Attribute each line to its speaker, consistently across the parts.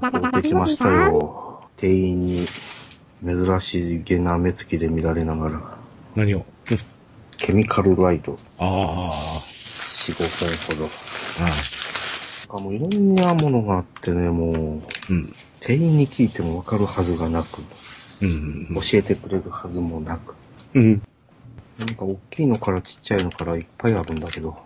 Speaker 1: 到底きましたよ。店員に、珍しげな目つきで見られながら、
Speaker 2: 何をうん
Speaker 1: ケミカルライト、
Speaker 2: ああ、
Speaker 1: 4、5本ほど。
Speaker 2: ああ、
Speaker 1: あもういろんなものがあってね、もう、
Speaker 2: うん。
Speaker 1: 店員に聞いてもわかるはずがなく、
Speaker 2: うん。
Speaker 1: 教えてくれるはずもなく、
Speaker 2: うん。
Speaker 1: なんか大きいのからちっちゃいのからいっぱいあるんだけど、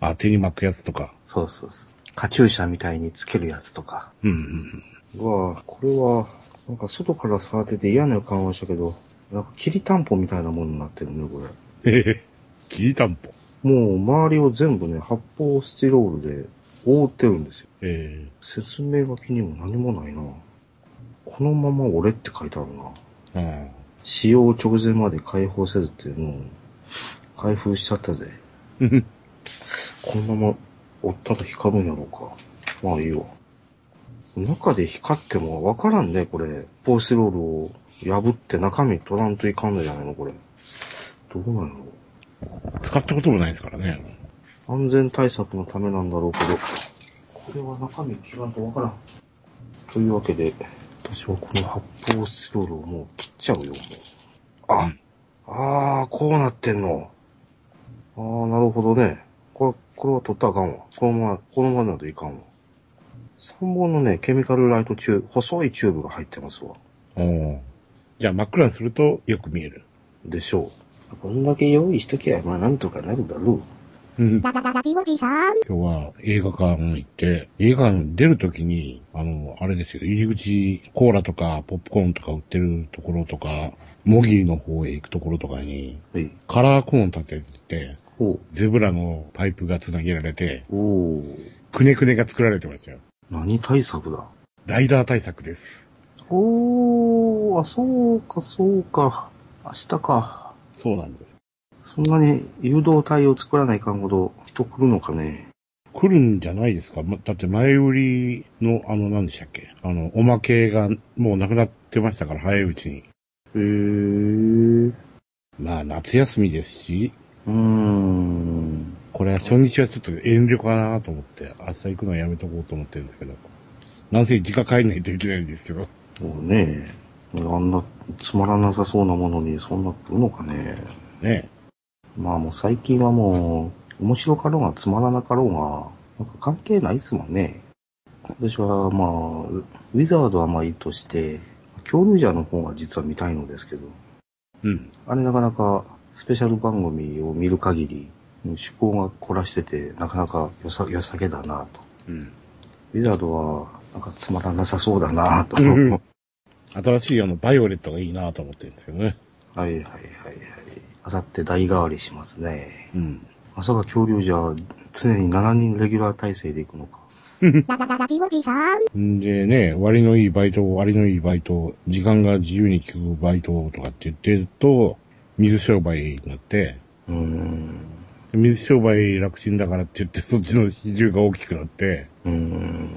Speaker 2: あ、手に巻くやつとか。
Speaker 1: そうそうそう。カチューシャみたいにつけるやつとか。
Speaker 2: うんうん。
Speaker 1: うわぁ、これは、なんか外から触ってて嫌な予感はしたけど、なんかきりたんぽみたいなものになってるね、これ。
Speaker 2: えへへ。きりたんぽ。
Speaker 1: もう周りを全部ね、発泡スチロールで覆ってるんですよ。
Speaker 2: え
Speaker 1: 説明書きにも何もないなこのまま俺って書いてあるな
Speaker 2: えあ
Speaker 1: 使用直前まで解放せずっていうのを開封しちゃったぜ。
Speaker 2: あ。
Speaker 1: このまま追ったら光るんやろうか。まあいいわ。中で光ってもわからんね、これ。ポースチロールを破って中身取らんといかんのじゃないの、これ。どうなんやろ
Speaker 2: 使ったこともないですからね。
Speaker 1: う。安全対策のためなんだろうけど、これは中身切らんとわからん。というわけで、私はこの発泡スチロールをもう切っちゃうよ、もう。あ、
Speaker 2: うん
Speaker 1: ああ、こうなってんの。ああ、なるほどね。これ、これは取ったらあかんわ。このまま、このままだといかんわ。3本のね、ケミカルライトチューブ、細いチューブが入ってますわ。
Speaker 2: おお。じゃあ真っ暗にするとよく見える。
Speaker 1: でしょう。こんだけ用意しときゃ、まあなんとかなるだろ
Speaker 2: うん。
Speaker 3: ララララジオジさん。
Speaker 2: 今日は映画館行って、映画館出るときに、あの、あれですよ、入り口、コーラとかポップコーンとか売ってるところとか、モギリの方へ行くところとかに、
Speaker 1: う。はい。
Speaker 2: カラーコーン立ててて、
Speaker 1: ほ
Speaker 2: ゼブラのパイプが繋げられて、
Speaker 1: う。おー。
Speaker 2: くねくねが作られてましたよ。
Speaker 1: 何対策だ
Speaker 2: ライダー対策です。
Speaker 1: おー、あ、そうか、そうか。明日か。
Speaker 2: そうなんです。
Speaker 1: そんなに誘導体を作らないかんほど人来るのかね。
Speaker 2: 来るんじゃないですか、ま、だって前売りの、あの、何でしたっけあの、おまけがもうなくなってましたから、早いうちに。
Speaker 1: へー。
Speaker 2: まあ、夏休みですし、
Speaker 1: うーん。
Speaker 2: これは初日はちょっと遠慮かなと思って、明日行くのはやめとこうと思ってるんですけど。なんせ時間帰んないといけないんですけど。
Speaker 1: そうね。あんなつまらなさそうなものにそんな来るのかね。
Speaker 2: ね
Speaker 1: まあもう最近はもう、面白かろうがつまらなかろうが、なんか関係ないっすもんね。私はまあ、ウィザードはまあいいとして、恐竜ジャーの方が実は見たいのですけど、
Speaker 2: うん。
Speaker 1: あれなかなかスペシャル番組を見る限り、趣向が凝らしてて、なかなか良さ、良さげだなと。
Speaker 2: うん。
Speaker 1: ウィザードは、なんかつまらなさそうだなと。
Speaker 2: うん
Speaker 1: はい
Speaker 2: 新しいあの、バイオレットがいいなと思ってるんですけどね。
Speaker 1: はいはいはい。あさって代替わりしますね。
Speaker 2: うん。
Speaker 1: まさか恐竜じゃ、常に7人レギュラー体制で行くのか。
Speaker 3: ララララジオジさん。
Speaker 2: んでね、割のいいバイト、割のいいバイト、時間が自由に効くバイトとかって言ってると、水商売になって、
Speaker 1: うーん。
Speaker 2: 水商売楽ちんだからって言って、そっちの比重が大きくなって、
Speaker 1: うーん。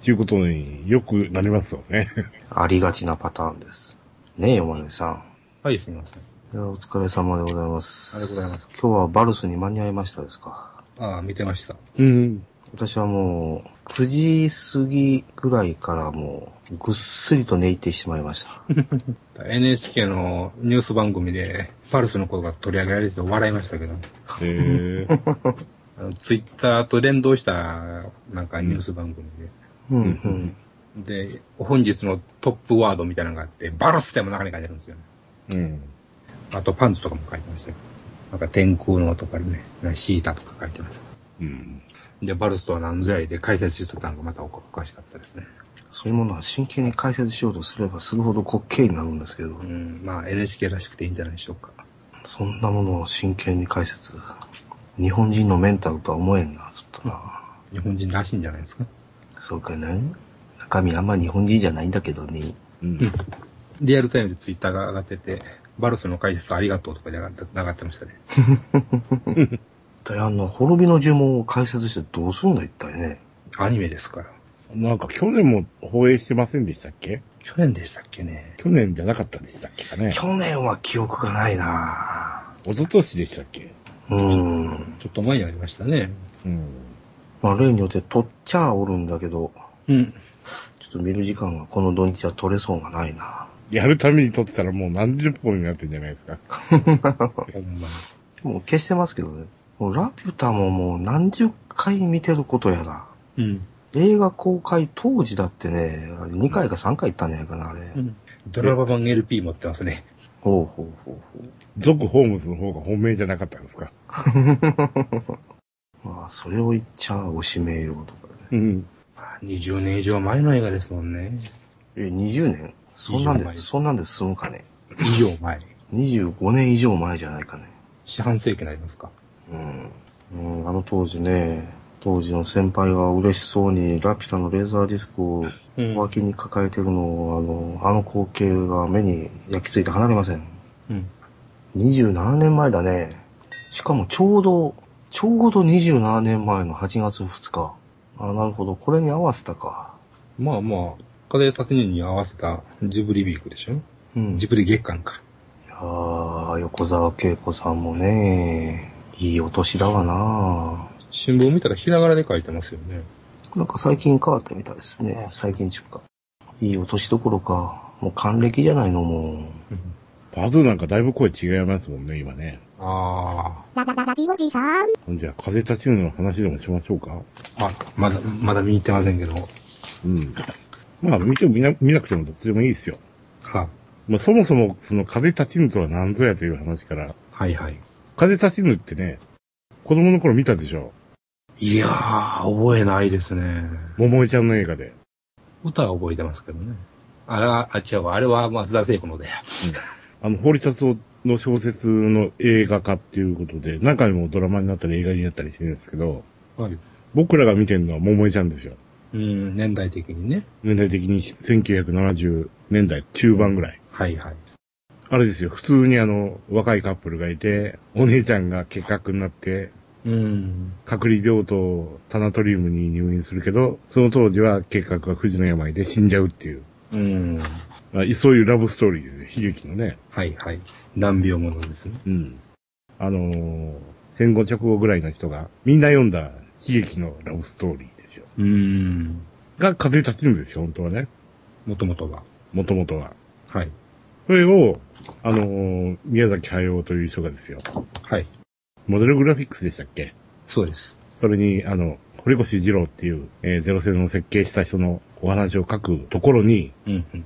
Speaker 2: っていうことによくなりますよね。
Speaker 1: ありがちなパターンです。ねえ、山根さん。
Speaker 4: はい、すみません。
Speaker 1: いや、お疲れ様でございます。
Speaker 4: ありがとうございます。
Speaker 1: 今日はバルスに間に合いましたですか。
Speaker 4: ああ、見てました。
Speaker 2: うん。
Speaker 1: 私はもう、9時過ぎぐらいからもう、ぐっすりと寝入ってしまいました。
Speaker 4: NHK のニュース番組で、パルスのことが取り上げられて笑いましたけど、
Speaker 2: へえ。
Speaker 4: あのツイッターと連動した、なんかニュース番組で。
Speaker 1: うん
Speaker 2: んう
Speaker 1: うん。
Speaker 4: で、本日のトップワードみたいなのがあって、バルスっても中に書いてあるんですよね。
Speaker 2: うん。
Speaker 4: あとパンツとかも書いてましたよなんか天空のとかね、シータとか書いてました。
Speaker 2: うん。
Speaker 4: で、バルスとは何ぞやいで解説しとったのがまたおかしかったですね。
Speaker 1: そういうものは真剣に解説しようとすればするほど滑稽になるんですけど
Speaker 4: う、ん、まあ NHK らしくていいんじゃないでしょうか。
Speaker 1: そんなものを真剣に解説。日本人のメンタルとは思えんな、ちょっとな。
Speaker 4: 日本人らしいんじゃないですか。
Speaker 1: そうかね。中身あんま日本人じゃないんだけどね。
Speaker 2: うん。
Speaker 4: リアルタイムでツイッターが上がってて、バルスの解説ありがとうとかで上がって上がってましたね。
Speaker 1: 一体あの、滅びの呪文を解説してどうすんだ、一体ね。
Speaker 4: アニメですから。
Speaker 2: なんか去年も放映してませんでしたっけ
Speaker 4: 去年でしたっけね。
Speaker 2: 去年じゃなかったでしたっけかね
Speaker 1: 去年は記憶がないな
Speaker 2: 一昨年でしたっけ
Speaker 1: うん。
Speaker 4: ちょっと前にありましたね。
Speaker 2: うん。
Speaker 1: まあ、例によって、とっちゃおるんだけど、
Speaker 4: うん。
Speaker 1: ちょっと見る時間がこの土日は取れそうがないな。
Speaker 2: やるために撮ってたらもう何十本になってんじゃないですか。
Speaker 4: ほんまに。
Speaker 1: もう消してますけどね。もうラピュタももう何十回見てることやら。
Speaker 4: うん。
Speaker 1: 映画公開当時だってね、あれ2回か3回行ったんじゃないかな、あれ。
Speaker 4: ドラマ版 LP 持ってますね。
Speaker 1: ほうほうほうほ
Speaker 2: 続ホームズの方が本命じゃなかったんですか。
Speaker 1: う。まあ、それを言っちゃおしめようとかね。
Speaker 2: うん。
Speaker 4: 20年以上前の映画ですもんね。
Speaker 1: え、20年そんなん
Speaker 4: 20
Speaker 1: で、
Speaker 4: 年
Speaker 1: そんなんで済むかね。
Speaker 4: 以上前。
Speaker 1: 25年以上前じゃないかね。
Speaker 4: 四半世紀になりますか。
Speaker 1: うん。うん、あの当時ね、当時の先輩が嬉しそうにラピュタのレーザーディスクを
Speaker 4: うん
Speaker 1: 小脇に抱えてるのを、あの、あの光景が目に焼き付いて離れません。
Speaker 4: うん。
Speaker 1: 27年前だね。しかもちょうど、ちょうど27年前の8月2日。あ、なるほど。これに合わせたか。
Speaker 4: まあまあ、風立つにに合わせたジブリウィークでしょ
Speaker 1: うん。
Speaker 4: ジブリ月間か。
Speaker 1: いやー、横沢恵子さんもね、いいお年だわな
Speaker 4: 新聞見たらひらがなで書いてますよね。
Speaker 1: なんか最近変わったみたいですね。最近中か。いいお年どころか。もう還暦じゃないの、も
Speaker 2: パズーなんかだいぶ声違いますもんね、今ね。
Speaker 4: あ
Speaker 3: ララララジオじさん。
Speaker 2: じゃあ、風立ちぬの話でもしましょうか。
Speaker 4: あ。ま、まだ、まだ見に行ってませんけど。
Speaker 2: うん。まあ、見ても見な見なくてもどっちでもいいですよ。
Speaker 4: は、
Speaker 2: まあ、そもそも、その風立ちぬとは何ぞやという話から、
Speaker 4: はいはい。
Speaker 2: 風立ちぬってね、子供の頃見たでしょ
Speaker 4: いやー、覚えないですね。
Speaker 2: 桃江ちゃんの映画で。
Speaker 4: 歌は覚えてますけどね。あれは、あ、違うわ。あれは松田聖子ので。
Speaker 2: あの、堀達夫の小説の映画化っていうことで、中にもドラマになったり映画になったりしてるんですけど、
Speaker 4: はい。
Speaker 2: 僕らが見てるのは桃江ちゃんですよ。
Speaker 4: うん、年代的にね。
Speaker 2: 年代的に1970年代中盤ぐらい。
Speaker 4: はいはい。
Speaker 2: あれですよ、普通にあの、若いカップルがいて、お姉ちゃんが結核になって、
Speaker 4: うん。
Speaker 2: 隔離病棟、タナトリウムに入院するけど、その当時は結核が不治の病で死んじゃうっていう、
Speaker 4: うん。
Speaker 2: あそういうラブストーリーですよ、悲劇のね。
Speaker 4: はいはい。難病ものですね。
Speaker 2: うん。あのー戦後直後ぐらいの人が、みんな読んだ悲劇のラブストーリーですよ。
Speaker 4: うん。
Speaker 2: が風立ちぬですよ、本当はね。
Speaker 4: もともとは。
Speaker 2: もともとは。
Speaker 4: はい。
Speaker 2: それを、あのー宮崎駿という人がですよ、
Speaker 4: はい。
Speaker 2: モデルグラフィックスでしたっけ
Speaker 4: そうです。
Speaker 2: それに、あの、堀越二郎っていう、えー、ゼロ戦を設計した人のお話を書くところに、
Speaker 4: うん、うん。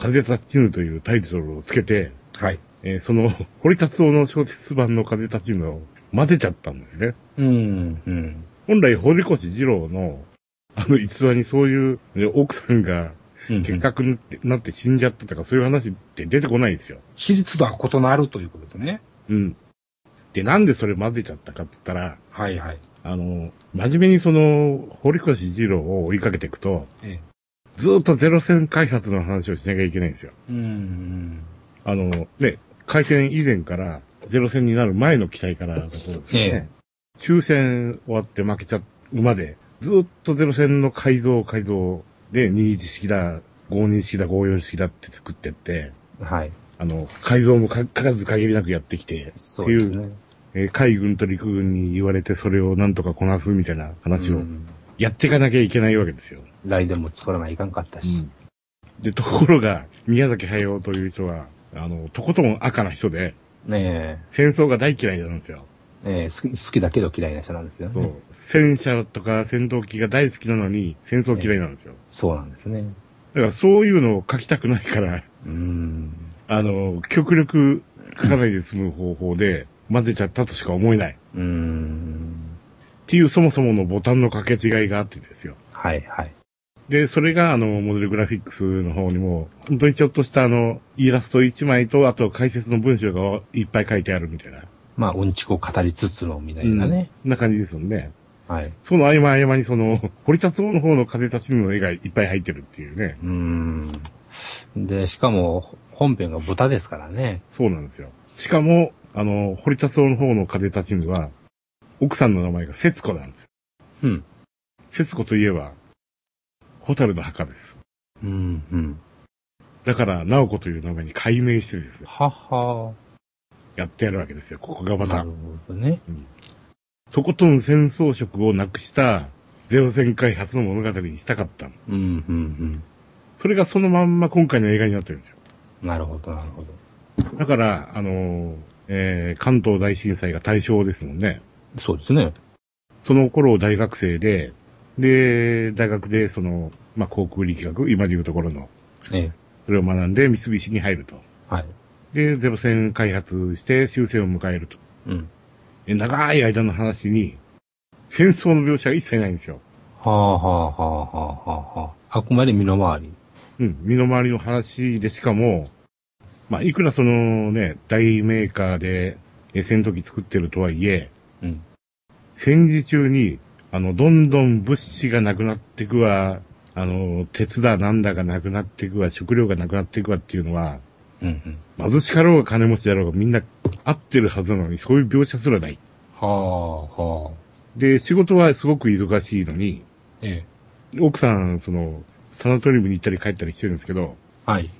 Speaker 2: 風立ちぬというタイトルをつけて、
Speaker 4: はい。
Speaker 2: えーその、堀達夫の小説版の風立ちぬを混ぜちゃったんですね。
Speaker 4: うん、うん。
Speaker 2: 本来、堀越二郎の、あの逸話にそういう、ね奥さんが
Speaker 4: うん
Speaker 2: 結核になって死んじゃったとか、そういう話って出てこないんですよ。
Speaker 4: 私立とは異なるということですね。
Speaker 2: うん。で、なんでそれ混ぜちゃったかって言ったら、
Speaker 4: はいはい。
Speaker 2: あの、真面目にその、堀越二郎を追いかけていくと、
Speaker 4: え
Speaker 2: ずーっとゼロ戦開発の話をしなきゃいけないんですよ。
Speaker 4: え。うん。
Speaker 2: あの、ね、開戦以前から、ゼロ戦になる前の機体からだとですね、終戦終わって負けちゃうまで、ずーっとゼロ戦の改造改造で、21式だ、52式だ、54式だって作ってって、
Speaker 4: はい。
Speaker 2: あの、改造もか数限りなくやってきて、
Speaker 4: そ
Speaker 2: っ
Speaker 4: う
Speaker 2: てい
Speaker 4: です
Speaker 2: う、
Speaker 4: ね。
Speaker 2: えー海軍と陸軍に言われてそれをなんとかこなすみたいな話
Speaker 4: う
Speaker 2: を
Speaker 4: ん
Speaker 2: やっていかなきゃいけないわけですよ。
Speaker 4: 来年も作らないかんかったし。
Speaker 2: で、ところが、宮崎駿という人は、あの、とことん赤な人で、
Speaker 4: ね
Speaker 2: 戦争が大嫌いなんですよ。
Speaker 4: え、ねえ好き、好きだけど嫌いな人なんですよ
Speaker 2: そ
Speaker 4: ね。
Speaker 2: う。戦車とか戦闘機が大好きなのに、戦争嫌いなんですよ。
Speaker 4: そうなんですね。
Speaker 2: だからそういうのを書きたくないから、
Speaker 4: うん。
Speaker 2: あの、極力書かないで済む方法で混ぜちゃったとしか思えない。っ
Speaker 4: うん。
Speaker 2: ていうそもそものボタンの掛け違いがあってですよ。
Speaker 4: はいはい。
Speaker 2: で、それがあの、モデルグラフィックスの方にも、本当にちょっとしたあの、イラスト1枚と、あと解説の文章がいっぱい書いてあるみたいな。
Speaker 4: まあ、うんちこを語りつつのみたいなね。
Speaker 2: うん。な感じですもんね。
Speaker 4: はい。
Speaker 2: その合間合間にその、 堀田荘の方の風立ちぬの絵がいっぱい入ってるっていうね。
Speaker 4: うん。で、しかも、本編が豚ですからね。
Speaker 2: そうなんですよ。しかも、あの、堀田荘の方の風立ちぬは、奥さんの名前が節子なんですよ。
Speaker 4: うん。
Speaker 2: 節子といえば、ホタルの墓です。
Speaker 4: うん、うん。
Speaker 2: だから、直子という名前に改名してですよ。
Speaker 4: はは
Speaker 2: やってやるわけですよ。ここがま
Speaker 4: な
Speaker 2: た
Speaker 4: る、ほどね。
Speaker 2: とことん戦争色をなくした、ゼロ戦開発の物語にしたかった。
Speaker 4: うん、うん、
Speaker 2: それがそのまんま今回の映画になってるんですよ。
Speaker 4: なるほど、なるほど。
Speaker 2: だから、あのーえー関東大震災が対象ですもんね。
Speaker 4: そうですね。
Speaker 2: その頃大学生で、で、大学でその、まあ、航空力学、今でいうところの、
Speaker 4: ええ。
Speaker 2: それを学んで三菱に入ると。
Speaker 4: はい。
Speaker 2: で、ゼロ戦開発して終戦を迎えると。
Speaker 4: うん。
Speaker 2: え長い間の話に、戦争の描写が一切ないんですよ。
Speaker 4: はあはあはあはあはあはあ。あくまで身の回り。
Speaker 2: うん、身の回りの話でしかも、まあ、いくらそのね、大メーカーで、え戦闘機作ってるとはいえ、
Speaker 4: うん。
Speaker 2: 戦時中に、あの、どんどん物資がなくなっていくわ、あの、鉄だなんだがなくなっていくわ、食料がなくなっていくわっていうのは、
Speaker 4: うんうん。
Speaker 2: 貧しかろうが金持ちだろうがみんな合ってるはずなのに、そういう描写すらない。
Speaker 4: はあはあ。
Speaker 2: で、仕事はすごく忙しいのに、
Speaker 4: ええ。
Speaker 2: 奥さん、その、サナトリウムに行ったり帰ったりしてるんですけど、
Speaker 4: はい。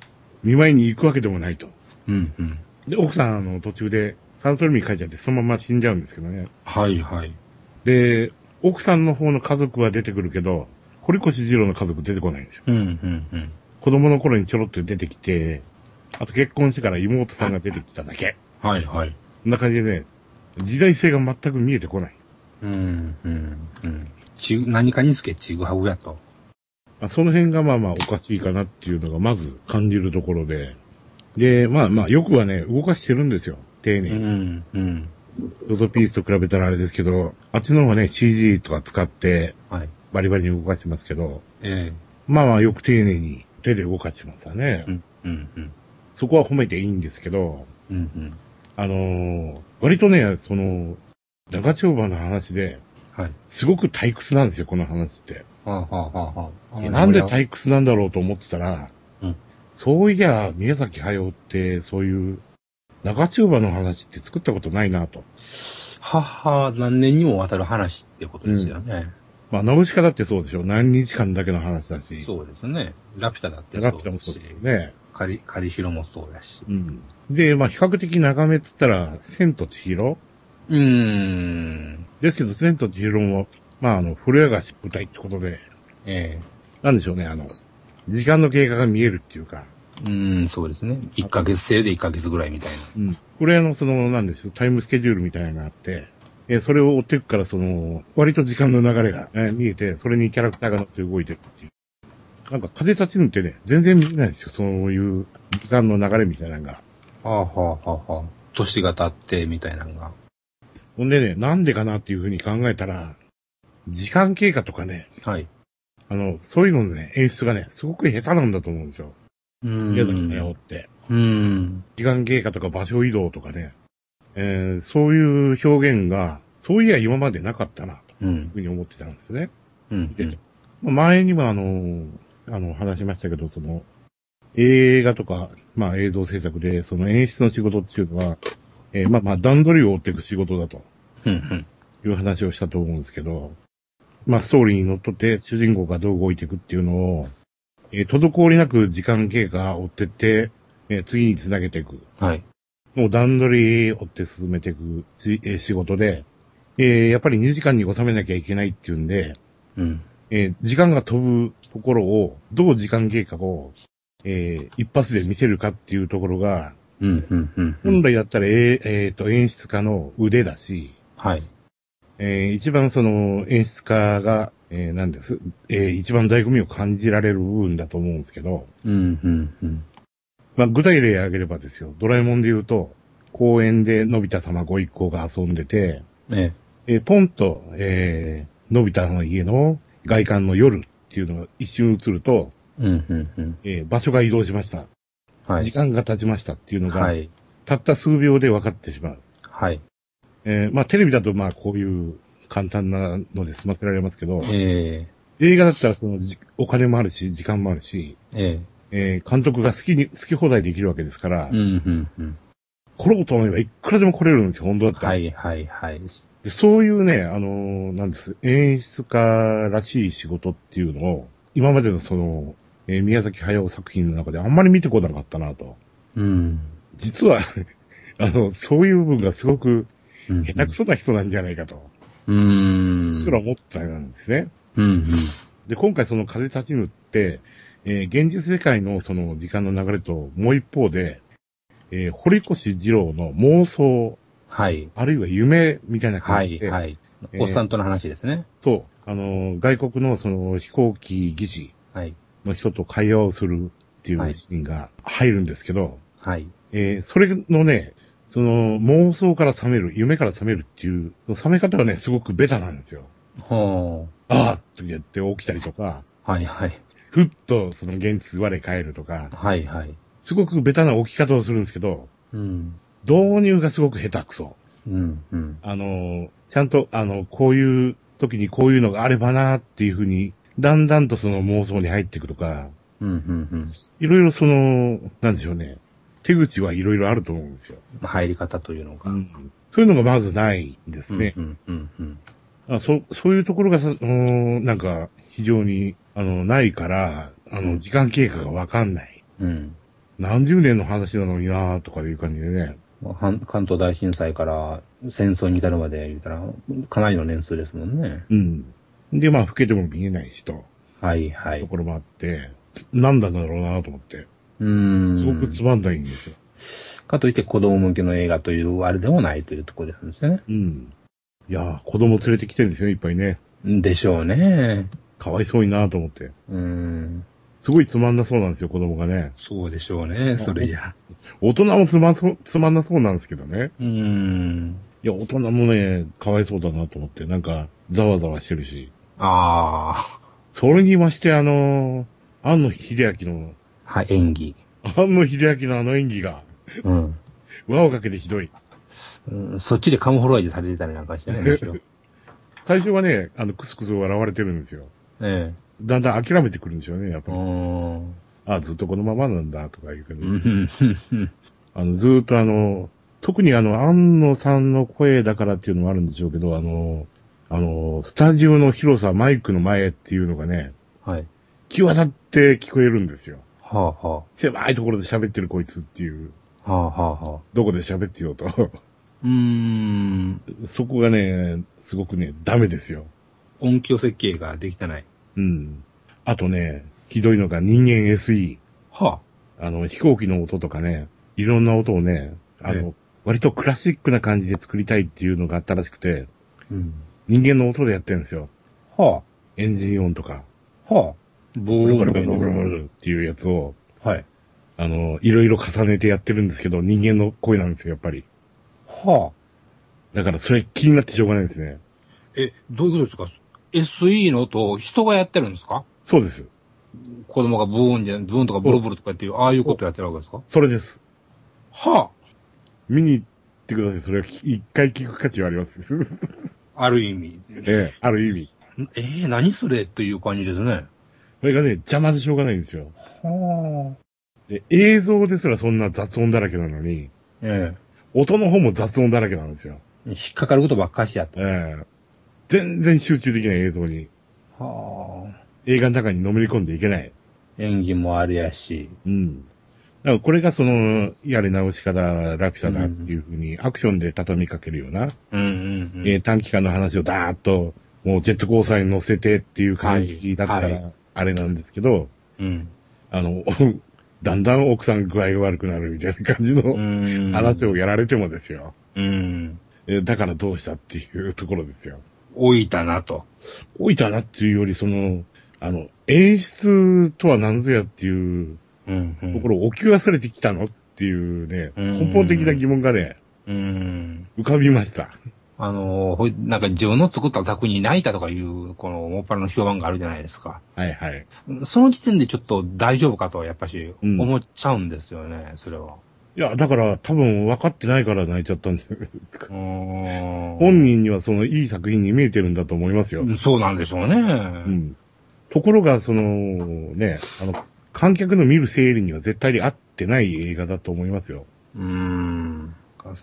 Speaker 2: 見舞いに行くわけでもないと。
Speaker 4: うんうん。
Speaker 2: で、奥さん、あの、途中で、サナトリウムに帰っちゃって、そのまま死んじゃうんですけどね。
Speaker 4: はいはい。
Speaker 2: で、奥さんの方の家族は出てくるけど、堀越二郎の家族出てこないんですよ。
Speaker 4: うんうんうん。
Speaker 2: 子供の頃にちょろっと出てきて、あと結婚してから妹さんが出てきただけ。
Speaker 4: はいはい。
Speaker 2: こんな感じでね、時代性が全く見えてこない。
Speaker 4: うんうんうん。ちぐ、何かにつけちぐはぐやと。
Speaker 2: まあ、その辺がまあまあおかしいかなっていうのがまず感じるところで。で、まあまあ、よくはね、動かしてるんですよ。丁
Speaker 4: う
Speaker 2: 寧に。
Speaker 4: んうん。
Speaker 2: ドドピースと比べたらあれですけど、あっちの方がね、CG とか使って、
Speaker 4: はい。
Speaker 2: バリバリに動かしてますけど、
Speaker 4: え
Speaker 2: まあまあ、よく丁寧に手で動かしてますよね
Speaker 4: え。。うんうんうん。
Speaker 2: そこは褒めていいんですけど、
Speaker 4: うんうん。
Speaker 2: あのー割とね、その、長丁場の話で、
Speaker 4: はい。
Speaker 2: すごく退屈なんですよ、この話って。
Speaker 4: はあはあはあはあ。
Speaker 2: いやなんで退屈なんだろうと思ってたら、
Speaker 4: うん
Speaker 2: そういや、宮崎駿って、そういう、長丁場の話って作ったことないなと。
Speaker 4: はは、何年にもわたる話ってことですよね。
Speaker 2: まあ、ナウシカだってそうでしょ。何日間だけの話だし。
Speaker 4: そうですね。ラピュタだって
Speaker 2: ラピュタもそう
Speaker 4: し
Speaker 2: ですよね。
Speaker 4: カリ、カリシロもそうだし。
Speaker 2: うん。で、まあ、比較的長めっつったら、千と千尋
Speaker 4: うーん。
Speaker 2: ですけど、千と千尋も、まあ、あの、古谷が舞台ってことで、
Speaker 4: ええ
Speaker 2: なんでしょうね、あの、時間の経過が見えるっていうか、
Speaker 4: うーん、そうですね。1ヶ月制で1ヶ月ぐらいみたいな。
Speaker 2: うん。これあの、その、なんですよタイムスケジュールみたいなのがあって、えーそれを追っていくから、その、割と時間の流れが、えー見えて、それにキャラクターが乗って動いてるっていう。なんか風立ちぬってね、全然見えないんですよ。そういう時間の流れみたいなのが。
Speaker 4: はあはあはあはあ。年が経ってみたいなのが。
Speaker 2: ほんでね、なんでかなっていうふうに考えたら、時間経過とかね、
Speaker 4: はい。
Speaker 2: あの、そういうののね、演出がね、すごく下手なんだと思うんですよ。
Speaker 4: うーん。
Speaker 2: 宮崎駿って。
Speaker 4: うーん。
Speaker 2: 時間経過とか場所移動とかね、えーそういう表現が、そういや今までなかったな、
Speaker 4: う。
Speaker 2: というんふうに思ってたんですね。
Speaker 4: うん。うん
Speaker 2: ててまあ前にもあのー、あの、話しましたけど、その、映画とか、まあ映像制作で、その演出の仕事っていうのは、えーまあまあ段取りを追っていく仕事だと
Speaker 4: うん。うん。
Speaker 2: いう話をしたと思うんですけど、まあストーリーにのっとって主人公がどう動いていくっていうのを、えー滞りなく時間経過を追ってって、えー次につなげていく。
Speaker 4: はい。
Speaker 2: もう段取りを追って進めていくしえー仕事で、えーやっぱり2時間に収めなきゃいけないっていうんで、
Speaker 4: うん。
Speaker 2: えー時間が飛ぶところを、どう時間経過を、えー一発で見せるかっていうところが、
Speaker 4: うん。うん。うん。う
Speaker 2: 本
Speaker 4: ん。
Speaker 2: 来だったら、えーえーと、演出家の腕だし、
Speaker 4: はい。
Speaker 2: えー一番その演出家が、えーなんです、えー一番醍醐味を感じられる部分だと思うんですけど、
Speaker 4: うん。うん。うん。
Speaker 2: まあ、具体例挙げればですよ、ドラえもんで言うと、公園でのび太様ご一行が遊んでて、
Speaker 4: え
Speaker 2: えーポンと、えーのび太の家の外観の夜っていうのが一瞬映ると、
Speaker 4: え。うん。うん。うん。
Speaker 2: えー場所が移動しました。
Speaker 4: はい。
Speaker 2: 時間が経ちましたっていうのが、
Speaker 4: はい。
Speaker 2: たった数秒で分かってしまう。
Speaker 4: はい。
Speaker 2: えーまあテレビだとまあこういう簡単なので済ませられますけど、
Speaker 4: ええ。
Speaker 2: 映画だったらそのじお金もあるし、時間もあるし、
Speaker 4: え
Speaker 2: えー監督が好きに、好き放題できるわけですから、
Speaker 4: え。うん。うん。うん。
Speaker 2: 来ろうと思えばいくらでも来れるんですよ、本当だったら。
Speaker 4: はい。はい。はい。
Speaker 2: でそういうね、あのーなんです、演出家らしい仕事っていうのを、今までのその、えー宮崎駿作品の中であんまり見てこなかったなと。
Speaker 4: うん。
Speaker 2: 実は、 あの、そういう部分がすごく
Speaker 4: うん
Speaker 2: 下手くそな人なんじゃないかと、
Speaker 4: うーん。
Speaker 2: すら思ったんですね。
Speaker 4: うん。
Speaker 2: で、今回その風立ちぬって、えー現実世界のその時間の流れと、もう一方で、えー堀越二郎の妄想、
Speaker 4: はい。
Speaker 2: あるいは夢みたいな
Speaker 4: は
Speaker 2: 感じ
Speaker 4: い、
Speaker 2: で、
Speaker 4: はい。
Speaker 2: えー
Speaker 4: おっさんとの話ですね。
Speaker 2: と、あのー、外国のその飛行機技師
Speaker 4: はい。
Speaker 2: の人と会話をするってい
Speaker 4: は
Speaker 2: う
Speaker 4: い
Speaker 2: シーンが入るんですけど、
Speaker 4: はい。
Speaker 2: えーそれのね、その妄想から覚める、夢から覚めるっていう、覚め方はね、すごくベタなんですよ。
Speaker 4: ほ
Speaker 2: ああってやって起きたりとか、
Speaker 4: う。はい、はい。
Speaker 2: ふっとその現実我返るとか、
Speaker 4: はい、はい。
Speaker 2: すごくベタな起き方をするんですけど、
Speaker 4: うん。
Speaker 2: 導入がすごく下手くそ。
Speaker 4: うん、うん。
Speaker 2: あのー、ちゃんと、あの、こういう時にこういうのがあればなっていうふうに、だんだんとその妄想に入っていくとか、
Speaker 4: うん、うん、
Speaker 2: いろいろその、なんでしょうね、手口はいろいろあると思うんですよ。
Speaker 4: うん。入り方というのが。
Speaker 2: そういうのがまずないんですね。
Speaker 4: うん、うん、うん。
Speaker 2: あそそういうところがさ、うーんなんか、非常に、あの、ないから、あ
Speaker 4: う
Speaker 2: の、
Speaker 4: ん
Speaker 2: 時間経過がわかんない。
Speaker 4: うん。
Speaker 2: 何十年の話なのになーとかいう感じでね。
Speaker 4: まあはん関東大震災から戦争に至るまで言うたら、かなりの年数ですもんね。
Speaker 2: うん。で、まあ、老けても見えないしと、
Speaker 4: はい、は
Speaker 2: と
Speaker 4: い。
Speaker 2: ころもあって、なんだんだろうなと思って、
Speaker 4: うーん。
Speaker 2: すごくつまんないんですよ。
Speaker 4: かといって子供向けの映画というあれでもないというところですよね。
Speaker 2: うん。いやー、子供連れてきてるんですよね、いっぱいね。
Speaker 4: でしょうね。
Speaker 2: かわいそうになーと思って。
Speaker 4: うん。
Speaker 2: すごいつまんなそうなんですよ、子供がね。
Speaker 4: そうでしょうね、それじゃ。
Speaker 2: 大人もつまんそう、つまんなそうなんですけどね。
Speaker 4: うん。
Speaker 2: いや、大人もね、かわいそうだなと思って、なんか、ざわざわしてるし。
Speaker 4: あ
Speaker 2: それにまして、あのー、安野秀明の、
Speaker 4: あ。はい、演技。
Speaker 2: 安野秀明のあの演技が、
Speaker 4: うん。
Speaker 2: 輪をかけてひどい。
Speaker 4: うんそっちでカムフォロージュされてたりなんかしてね、むしろ。
Speaker 2: 最初はね、あの、クスクス笑われてるんですよ。
Speaker 4: え
Speaker 2: だんだん諦めてくるんですよね、やっ
Speaker 4: え。
Speaker 2: ぱ
Speaker 4: う
Speaker 2: り。
Speaker 4: ーん。
Speaker 2: あ、ずっとこのままなんだ、とかいうけど、
Speaker 4: うん
Speaker 2: あの、ずーっとあの、特にあの、安野さんの声だからっていうのもあるんでしょうけど、あの、あの、スタジオの広さ、マイクの前っていうのがね、
Speaker 4: はい。
Speaker 2: 際立って聞こえるんですよ。
Speaker 4: はあは
Speaker 2: 狭いところで喋ってるこいつっていう、
Speaker 4: あ。はあはあはあ。
Speaker 2: どこで喋ってようと。
Speaker 4: うーん。
Speaker 2: そこがね、すごくね、ダメですよ。
Speaker 4: 音響設計ができてない。
Speaker 2: うん。あとね、ひどいのが人間 SE。
Speaker 4: は
Speaker 2: あの、飛行機の音とかね、いろんな音をね、あ
Speaker 4: え
Speaker 2: の、割とクラシックな感じで作りたいっていうのがあったらしくて、
Speaker 4: あ。うん。
Speaker 2: 人間の音でやってるんですよ。
Speaker 4: は
Speaker 2: エンジン音とか、
Speaker 4: あ。はあ。ブ
Speaker 2: ブルブルブルブルブ
Speaker 4: ー
Speaker 2: ルっていうやつを、
Speaker 4: はい。
Speaker 2: あの、いろいろ重ねてやってるんですけど、人間の声なんですよ、やっぱり。
Speaker 4: はあ。
Speaker 2: だからそれ気になってしょうがないですね。
Speaker 4: え、どういうことですか ?SE の音を人がやってるんですか
Speaker 2: そうです。
Speaker 4: 子供がブーンじゃ、ブーンとかブルブルとかっていう、ああいうことやってるわけですか
Speaker 2: それです。
Speaker 4: は
Speaker 2: 見に行ってください。それは一回聞く価値はあります。
Speaker 4: あ、ある意味。え
Speaker 2: ええ、ある意味。
Speaker 4: えー何それっていう感じですね。
Speaker 2: これがね、邪魔でしょうがないんですよ。
Speaker 4: はあ。
Speaker 2: で、映像ですらそんな雑音だらけなのに、
Speaker 4: え
Speaker 2: 音の方も雑音だらけなんですよ。
Speaker 4: え引っかかることばっかしやった。
Speaker 2: ええ全然集中できない映像に、
Speaker 4: はあ。
Speaker 2: 映画の中にのめり込んでいけない。
Speaker 4: 演技もあるやし。
Speaker 2: うん。だからこれがその、やり直し方、ラピュタだっていうふうに、アクションで畳みかけるような、
Speaker 4: うんうんうん。
Speaker 2: えー短期間の話をダーッと、もうジェットコースターに乗せてっていう感じだった
Speaker 4: はいは
Speaker 2: ら、あれなんですけど、
Speaker 4: うん。
Speaker 2: あの、 だんだん奥さん具合が悪くなるみたいな感じ
Speaker 4: う
Speaker 2: の
Speaker 4: ん。
Speaker 2: 話をやられてもですよ。
Speaker 4: うん。
Speaker 2: えだからどうしたっていうところですよ。
Speaker 4: 老いたなと。
Speaker 2: 老いたなっていうより、その、あの、演出とは何ぞやっていう
Speaker 4: うん、う
Speaker 2: と
Speaker 4: ん。
Speaker 2: ころを置き忘れてきたのっていうね、
Speaker 4: うん
Speaker 2: 根本的な疑問がね、
Speaker 4: うん。
Speaker 2: 浮かびました。
Speaker 4: あの、ほいなんか自分の作った作品に泣いたとかいう、この、もっぱらの評判があるじゃないですか。
Speaker 2: はいはい。
Speaker 4: その時点でちょっと大丈夫かと、やっぱし、
Speaker 2: うん
Speaker 4: 思っちゃうんですよね、それは。
Speaker 2: いや、だから多分分かってないから泣いちゃったんですよ。
Speaker 4: うーん
Speaker 2: 本人にはそのいい作品に見えてるんだと思いますよ。
Speaker 4: うんそうなんでしょうね。
Speaker 2: うん。ところが、その、ね、あの、観客の見る整理には絶対に合ってない映画だと思いますよ。
Speaker 4: うーん。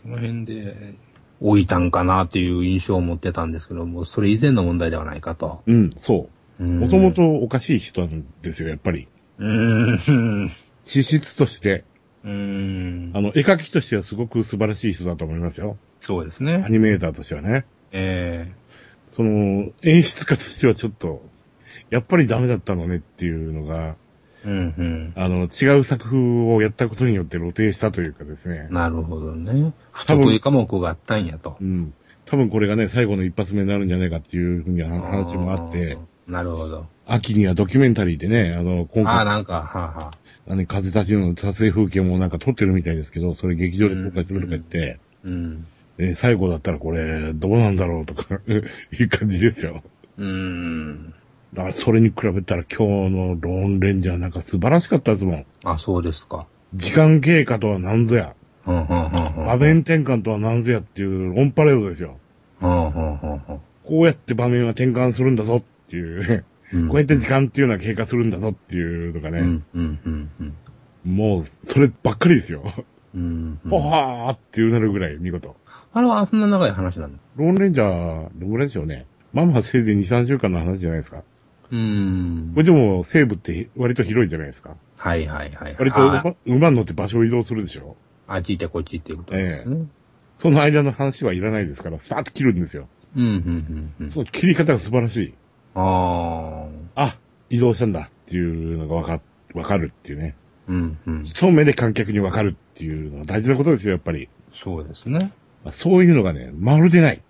Speaker 4: その辺で、老いたんかなっていう印象を持ってたんですけども、それ以前の問題ではないかと。
Speaker 2: うん、そう。
Speaker 4: も
Speaker 2: もとも。とおかしい人なんですよ、やっぱり。
Speaker 4: うーん。
Speaker 2: 資質として、
Speaker 4: うーん
Speaker 2: あ。の、絵描きとしてはすごく素晴らしい人だと思いますよ。
Speaker 4: そうです
Speaker 2: ア
Speaker 4: ね。
Speaker 2: ニメーターとしてはね。
Speaker 4: え
Speaker 2: その、演出家としてはちょっと、やっぱりダメだったのねっていうのが、
Speaker 4: えうん
Speaker 2: あの、違う作風をやったことによって露呈したというかですね
Speaker 4: うん。。なるほどね。不
Speaker 2: 多分
Speaker 4: 得意科目があったんやと
Speaker 2: う。ん。多分これがね、最後の一発目になるんじゃないかっていうふうに話もあって、。
Speaker 4: なるほど。
Speaker 2: 秋にはドキュメンタリーでね、あの、今
Speaker 4: あ
Speaker 2: 回、
Speaker 4: あ、なんか、はあ、はあ、
Speaker 2: あの風立ちの撮影風景もなんか撮ってるみたいですけど、それ劇場で公開するとか言って、
Speaker 4: うん。
Speaker 2: えー最後だったらこれ、どうなんだろうとか、 いう感じですよ。
Speaker 4: うーん。
Speaker 2: だからそれに比べたら今日のローンレンジャーなんか素晴らしかったですもん。
Speaker 4: あ、そうですか。
Speaker 2: 時間経過とは何ぞや、
Speaker 4: うん、うん、うん。うん
Speaker 2: 場面。転換とは何ぞやっていうオンパレードですよ。
Speaker 4: うん、うん、うん
Speaker 2: こうやって場面は転換するんだぞっていうね。
Speaker 4: うん。
Speaker 2: こうやって時間っていうのは経過するんだぞっていうのが
Speaker 4: う
Speaker 2: ね、
Speaker 4: ん、うん、うん、うん。
Speaker 2: もうそればっかりですよ。
Speaker 4: うんうん
Speaker 2: ほはーっていうなるぐらい見事。
Speaker 4: あれはそんな長い話なんだ。
Speaker 2: ローンレンジャー、どんぐらいでしょうね。まあまあせいぜい2、3週間の話じゃないですか。
Speaker 4: うーん
Speaker 2: これ。でも西部って割と広いじゃないですか。
Speaker 4: はいはいはい。
Speaker 2: 割と
Speaker 4: あ
Speaker 2: 馬馬に乗って場所を移動するでしょ。
Speaker 4: あっち行ってこっち行っていうことですね。
Speaker 2: その間の話はいらないですから、スパーッと切るんですよ。
Speaker 4: うん、うん、うん。うん
Speaker 2: その切り方が素晴らしい。
Speaker 4: ああ。
Speaker 2: あ、移動したんだっていうのがわか、わかるっていうね。
Speaker 4: うん、うん。
Speaker 2: そう目で観客にわかるっていうのは大事なことですよ、やっぱり。
Speaker 4: そうですね。
Speaker 2: まあそういうのがね、まるでない。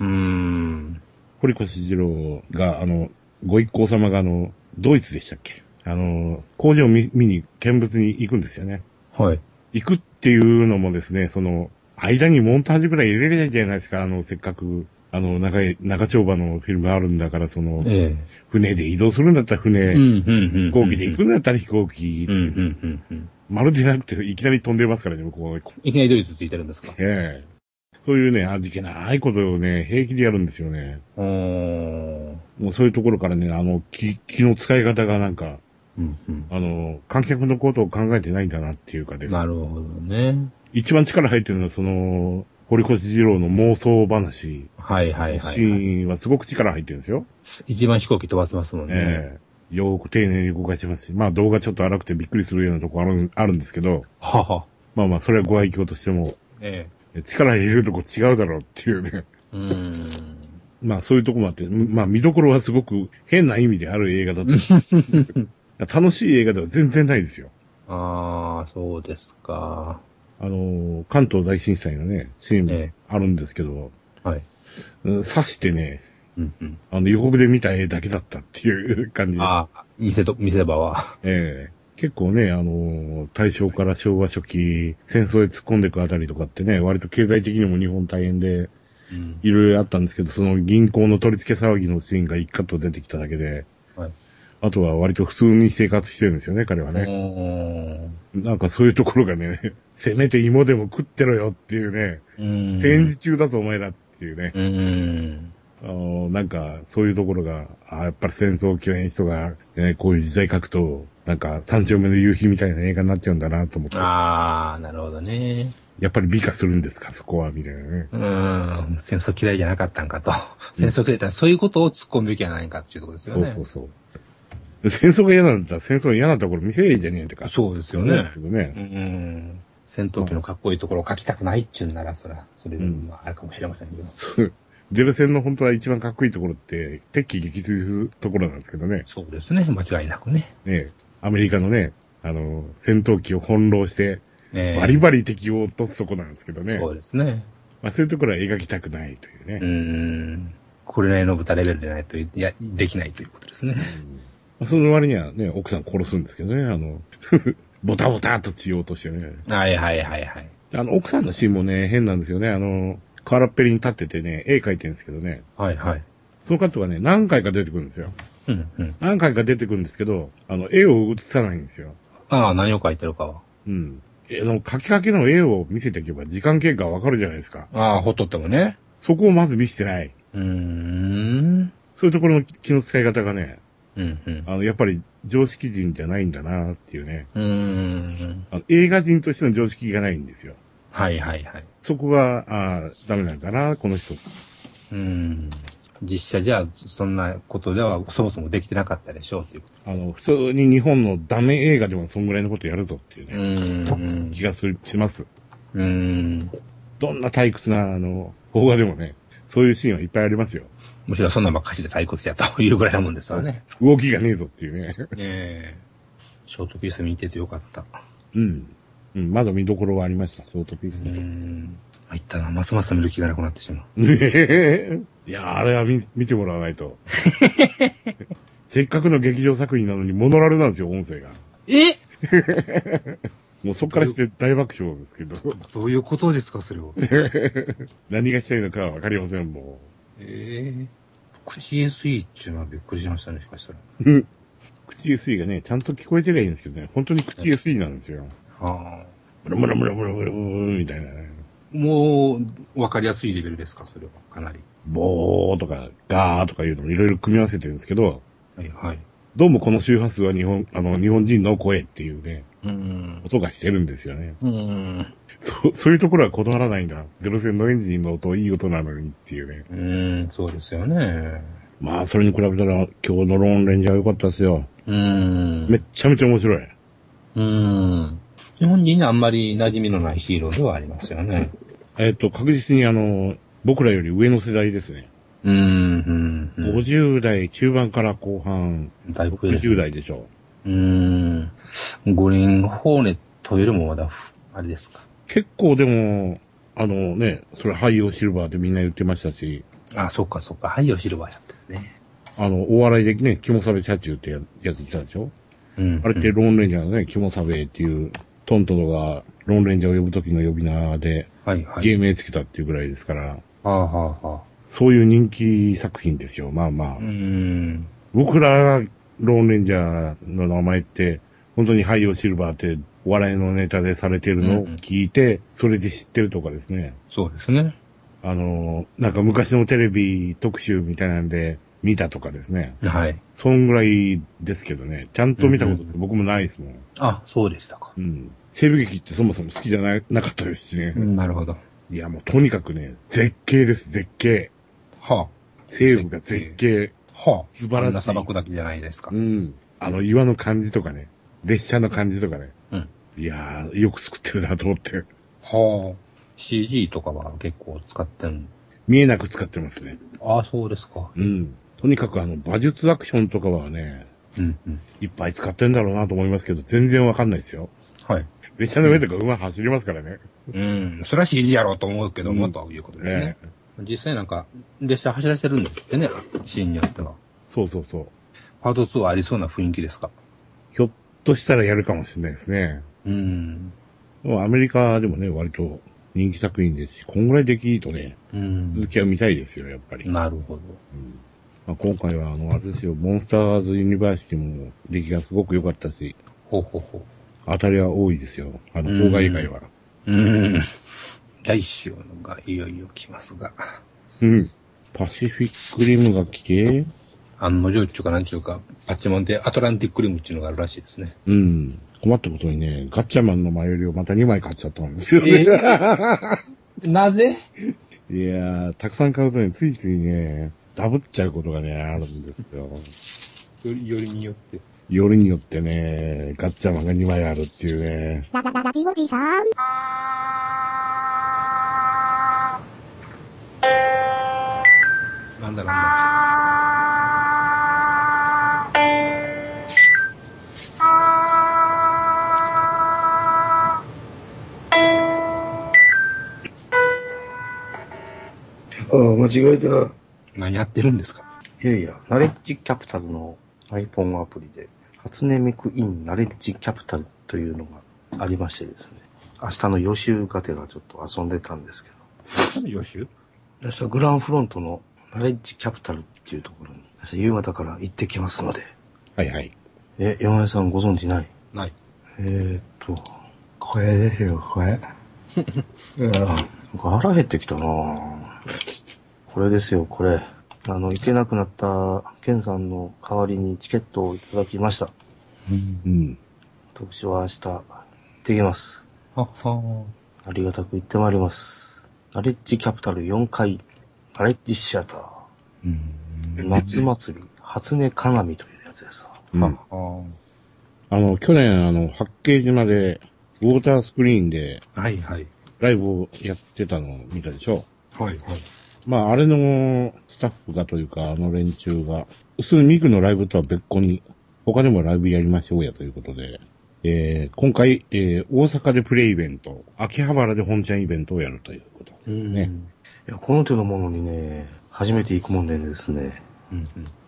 Speaker 4: うーん。
Speaker 2: 堀越二郎が、あの、ご一行様があの、ドイツでしたっけあの、工場を見見に、見物に行くんですよね。
Speaker 4: はい。
Speaker 2: 行くっていうのもですね、その、間にモンタージュぐらい入れれないじゃないですか、あの、せっかく、あの、中へ、中丁場のフィルムあるんだから、その、
Speaker 4: え
Speaker 2: 船で移動するんだったら
Speaker 4: え。
Speaker 2: 船、
Speaker 4: ん、うん
Speaker 2: 飛行機で行くんだったら飛行機、
Speaker 4: うん、うん、うん、うん。
Speaker 2: まるでなくて、いきなり飛んでますからね、向こうは。
Speaker 4: いきなりドイツついてるんですか
Speaker 2: ええそういうね、味気ないことをね、平気でやるんですよね。
Speaker 4: うーん。
Speaker 2: もうそういうところからね、あの、気、気の使い方がなんか、
Speaker 4: うん、うん。
Speaker 2: あの、観客のことを考えてないんだなっていうかですね
Speaker 4: なるほどね。
Speaker 2: 一番力入ってるのはその、堀越二郎の妄想話、
Speaker 4: はいはいは
Speaker 2: シ
Speaker 4: いはい。
Speaker 2: ーンはすごく力入ってるんですよ。
Speaker 4: 一番飛行機飛ばせますもんね。
Speaker 2: ええよーく丁寧に動かしてますし、まあ動画ちょっと荒くてびっくりするようなとこあるあるんですけど、
Speaker 4: はは。
Speaker 2: まあまあそれはご愛嬌としても、
Speaker 4: え
Speaker 2: 力入れるとこ違うだろうっていうね。
Speaker 4: え。うーん。
Speaker 2: まあそういうとこもあって、まあ見どころはすごく変な意味である映画だと。 楽しい映画では全然ないですよ。
Speaker 4: ああ、そうですか。
Speaker 2: あのー、関東大震災のね、シーンもあるんですけど、
Speaker 4: はい。
Speaker 2: うん刺してね、
Speaker 4: うんうん。
Speaker 2: あの予告で見た絵だけだったっていう感じで。
Speaker 4: ああ、見せと、見せ場は。
Speaker 2: ええ結構ね、あのー、大正から昭和初期、戦争へ突っ込んでいくあたりとかってね、割と経済的にも日本大変で、
Speaker 4: うん。
Speaker 2: いろいろあったんですけど、その銀行の取り付け騒ぎのシーンが一カット出てきただけで、
Speaker 4: はい
Speaker 2: あとは割と普通に生活してるんですよね、彼は
Speaker 4: う
Speaker 2: ね。
Speaker 4: ーん
Speaker 2: なんかそういうところがね、 せめて芋でも食ってろよっていうね、
Speaker 4: うん。
Speaker 2: 戦時中だぞお前らっていうね、
Speaker 4: うん。
Speaker 2: あの、なんか、そういうところが、あやっぱり戦争を嫌いな人が、ね、こういう時代書くと、なんか、三丁目の夕日みたいな映画になっちゃうんだなと思って、や
Speaker 4: ああ、なるほどね。
Speaker 2: っぱり美化するんですか、そこは、みたいなね。
Speaker 4: うん。戦争嫌いじゃなかったんかと。
Speaker 2: う
Speaker 4: 戦
Speaker 2: ん
Speaker 4: 争嫌いだったらそういうことを突っ込むべきじゃないかっていうところですよ
Speaker 2: そう
Speaker 4: ね。
Speaker 2: そうそう。戦争が嫌なんだったら、戦争の嫌なところ見せりゃいいじゃねえってか。
Speaker 4: そうですよ
Speaker 2: 思うん
Speaker 4: ね
Speaker 2: です。けどね。
Speaker 4: うん。戦闘機のかっこいいところを書きたくないっちゅうんなら、それは、それ
Speaker 2: うん
Speaker 4: もあるかもしれませんけど。
Speaker 2: ゼロ戦の本当は一番かっこいいところって、敵機撃墜するところなんですけどね。
Speaker 4: そうですね。間違いなくね。
Speaker 2: ねアメリカのね、あの、戦闘機を翻弄して、
Speaker 4: ね
Speaker 2: バリバリ敵を落とすとこなんですけどね。
Speaker 4: そうですね。
Speaker 2: まあ、そういうところは描きたくないというね。
Speaker 4: うん。これらの豚レベルでないと、いや、できないということですね。
Speaker 2: まあその割にはね、奥さん殺すんですけどね、あの、 ボタボタっと血を落としてね。
Speaker 4: はいはいはいはい。
Speaker 2: あの、奥さんのシーンもね、変なんですよね。あの、ラっぺりに立っててね、絵描いてるんですけどね。
Speaker 4: はいはい。
Speaker 2: そのカットがね、何回か出てくるんですよ。
Speaker 4: うんうん。
Speaker 2: 何回か出てくるんですけど、あの、絵を映さないんですよ。
Speaker 4: ああ、何を書いてるかは。
Speaker 2: うん。えあの、描きかけの絵を見せていけば時間経過はわかるじゃないですか。
Speaker 4: ああ、ほっとってもね。
Speaker 2: そこをまず見せてない。
Speaker 4: うーん。
Speaker 2: そういうところの気の使い方がね、
Speaker 4: うんうん。
Speaker 2: あの、やっぱり常識人じゃないんだなっていうね。
Speaker 4: うーん。
Speaker 2: あの映画人としての常識がないんですよ。
Speaker 4: はいはいはい。
Speaker 2: そこが、ああ、ダメなんだな、この人。
Speaker 4: うーん。実写じゃ、そんなことでは、そもそもできてなかったでしょうっていうこ
Speaker 2: あの、普通に日本のダメ映画でもそんぐらいのことやるぞっていう
Speaker 4: と。う
Speaker 2: ね、
Speaker 4: ーん。
Speaker 2: 気がする、します。
Speaker 4: うーん。
Speaker 2: どんな退屈な、あの、邦画でもね、そういうシーンはいっぱいありますよ。
Speaker 4: むしろそんなんばっかしで退屈やというぐらいなもんですわね。
Speaker 2: 動きがねえぞっていうね。
Speaker 4: ええショートピース見ててよかった。
Speaker 2: うん。うん、まだ見どころはありました、ショートピー
Speaker 4: う
Speaker 2: ス。
Speaker 4: ーん。入ったな。ますます見る気がなくなってしま う。
Speaker 2: いやー、あれは見見てもらわない と。せっかくの劇場作品なのにモノラルなんですよ、音声が。
Speaker 4: え
Speaker 2: もうそっからして大爆笑ですけど、
Speaker 4: どういうことですか、それを。
Speaker 2: 何がしたいのかはわかりません、も
Speaker 4: ええ CSE っていうのはびっくりしましたね、しかしたら。
Speaker 2: う。うん口 SE がね、ちゃんと聞こえてりゃいいんですけどね、本当に口 SE なんですよ。
Speaker 4: ああ。
Speaker 2: ムラムラムラムラムラムラみたいなね。
Speaker 4: もう、わかりやすいレベルですか、それは。かなり。
Speaker 2: ボーとか、ガーとかいうのもいろいろ組み合わせてるんですけど、
Speaker 4: はい、はい。
Speaker 2: どうもこの周波数は日本、あの、日本人の声っていうね、
Speaker 4: うーん。
Speaker 2: 音がしてるんですよね。
Speaker 4: うーん。
Speaker 2: そ、そういうところはこだわらないんだ。ゼロ戦のエンジンの音いい音なのにっていうね。
Speaker 4: うーん、そうですよね。
Speaker 2: まあ、それに比べたら今日のローンレンジャー良かったですよ。
Speaker 4: うーん。
Speaker 2: めっちゃめちゃ面白い。
Speaker 4: うーん。日本人にあんまり馴染みのないヒーローではありますよね。
Speaker 2: えっ、と、確実にあの、僕らより上の世代ですね。
Speaker 4: うーん。うんうん
Speaker 2: 50代中盤から後半、
Speaker 4: だいぶ増える。
Speaker 2: 60代でしょ
Speaker 4: うーん。五輪ホーネットよりもまだ、あれですか。
Speaker 2: 結構でも、あのね、それ俳優シルバーでみんな言ってましたし、
Speaker 4: あ、そっかそっか。はい、よ、シルバーやってるね。
Speaker 2: あの、お笑いでね、キモサベチャチューってややついたでしょ
Speaker 4: うん
Speaker 2: あれってローンレンジャーのね、キモサベっていう、トントロがローンレンジャーを呼ぶ時の呼び名で、
Speaker 4: はいはい。
Speaker 2: 芸名つけたっていうぐらいですから、
Speaker 4: はあはあはあ。
Speaker 2: そういう人気作品ですよ。まあまあ
Speaker 4: う。ーん。
Speaker 2: 僕らがローンレンジャーの名前って、本当にハイオシルバーってお笑いのネタでされてるのを聞いて、それで知ってるとかですね。
Speaker 4: そうですね。
Speaker 2: あの、なんか昔のテレビ特集みたいなんで見たとかですね。
Speaker 4: はい。
Speaker 2: そんぐらいですけどね。ちゃんと見たことっ
Speaker 4: うん
Speaker 2: て僕もないですもん。
Speaker 4: あ、そうでしたか。
Speaker 2: うん。西部劇ってそもそも好きじゃななかったですしね。
Speaker 4: なるほど。
Speaker 2: いやもうとにかくね、絶景です、絶景。
Speaker 4: は
Speaker 2: 西部が絶景。
Speaker 4: あ。はあ。
Speaker 2: 素晴らしい
Speaker 4: あんな砂漠だけじゃないですか。
Speaker 2: うん。あの岩の感じとかね、列車の感じとかね。
Speaker 4: うん。
Speaker 2: いやー、よく作ってるなと思って。
Speaker 4: はあ。CG とかは結構使ってん。
Speaker 2: 見えなく使ってますね。
Speaker 4: ああ、そうですか。
Speaker 2: うん。とにかくあの、馬術アクションとかはね、
Speaker 4: うんうん。
Speaker 2: いっぱい使ってんだろうなと思いますけど、全然わかんないですよ。
Speaker 4: はい。
Speaker 2: 列車の上とか馬走りますからね。
Speaker 4: うん。それは CG やろうと思うけども、
Speaker 2: うん
Speaker 4: ということです
Speaker 2: ね
Speaker 4: ね。実際なんか、列車走らせてるんですってね、シーンによっては。
Speaker 2: そうそうそう。
Speaker 4: パート2はありそうな雰囲気ですか。
Speaker 2: ひょっとしたらやるかもしれないですね。
Speaker 4: うん。
Speaker 2: でもアメリカでもね、割と人気作品ですし、こんぐらいできるとね、
Speaker 4: うん
Speaker 2: 続。きは見たいですよ、やっぱり。
Speaker 4: なるほ
Speaker 2: う
Speaker 4: ど。
Speaker 2: んまあ、今回は、あの、あれですよ、モンスターズ・ユニバーシティも出来がすごく良かったし、
Speaker 4: ほうほうほう。
Speaker 2: 当たりは多いですよ。あの、
Speaker 4: うん
Speaker 2: 郊外以外は。
Speaker 4: うん。来週のがいよいよ来ますが、
Speaker 2: うん。パシフィックリムが来て、
Speaker 4: 案の定っていうかなんちゅうか、パッチモンでアトランティックリムっていうのがあるらしいですね。
Speaker 2: うん。困ったことにね、ガッチャマンの前よりをまた2枚買っちゃったんですよね。
Speaker 4: なぜ
Speaker 2: いやー、たくさん買うとね、ついついね、ダブっちゃうことがね、あるんですよ。
Speaker 4: よりよりによって。
Speaker 2: よりによってね、ガッチャマンが2枚あるっていうね。
Speaker 3: ララララジオジさん。
Speaker 4: なんだなん
Speaker 1: ああ、間違えた。
Speaker 4: だ。何やってるんですか
Speaker 1: いやいや、ナレッジキャピタルの iPhone アプリで、初音ミクインナレッジキャピタルというのがありましてですね、明日の予習がてらちょっと遊んでたんですけ
Speaker 4: 予習
Speaker 1: ど、明日グランフロントのナレッジキャピタルっていうところに、明日夕方から行ってきますので、
Speaker 2: はいはい。
Speaker 1: え、山根さんご存知ない
Speaker 4: ない。
Speaker 1: えー、っと、これですよ、これ。あ腹減ってきたなぁこれですよ、これ。あの、行けなくなった、ケンさんの代わりにチケットをいただきました。
Speaker 2: うん。
Speaker 1: 私は明日、行ってきます。
Speaker 4: はっは
Speaker 1: ありがたく行ってまいります。ナレッジキャピタル4階、ナレッジシアタ
Speaker 4: ー。うん。
Speaker 1: ー、夏祭り、初音鏡というやつですわ。
Speaker 2: うん。
Speaker 4: は
Speaker 2: あの、去年、あの、八景島で、ウォータースクリーンで
Speaker 4: あ。はいはい。
Speaker 2: ライブをやってたのを見たでしょ
Speaker 4: はいはい。
Speaker 2: まあ、あれのスタッフがというか、あの連中が、要するにミクのライブとは別個に、他でもライブやりましょうやということで、えー今回、えー大阪でプレイイベント、秋葉原で本ちゃんイベントをやるということですね。
Speaker 1: いや、この手のものにね、初めて行くもんでですね、
Speaker 4: うん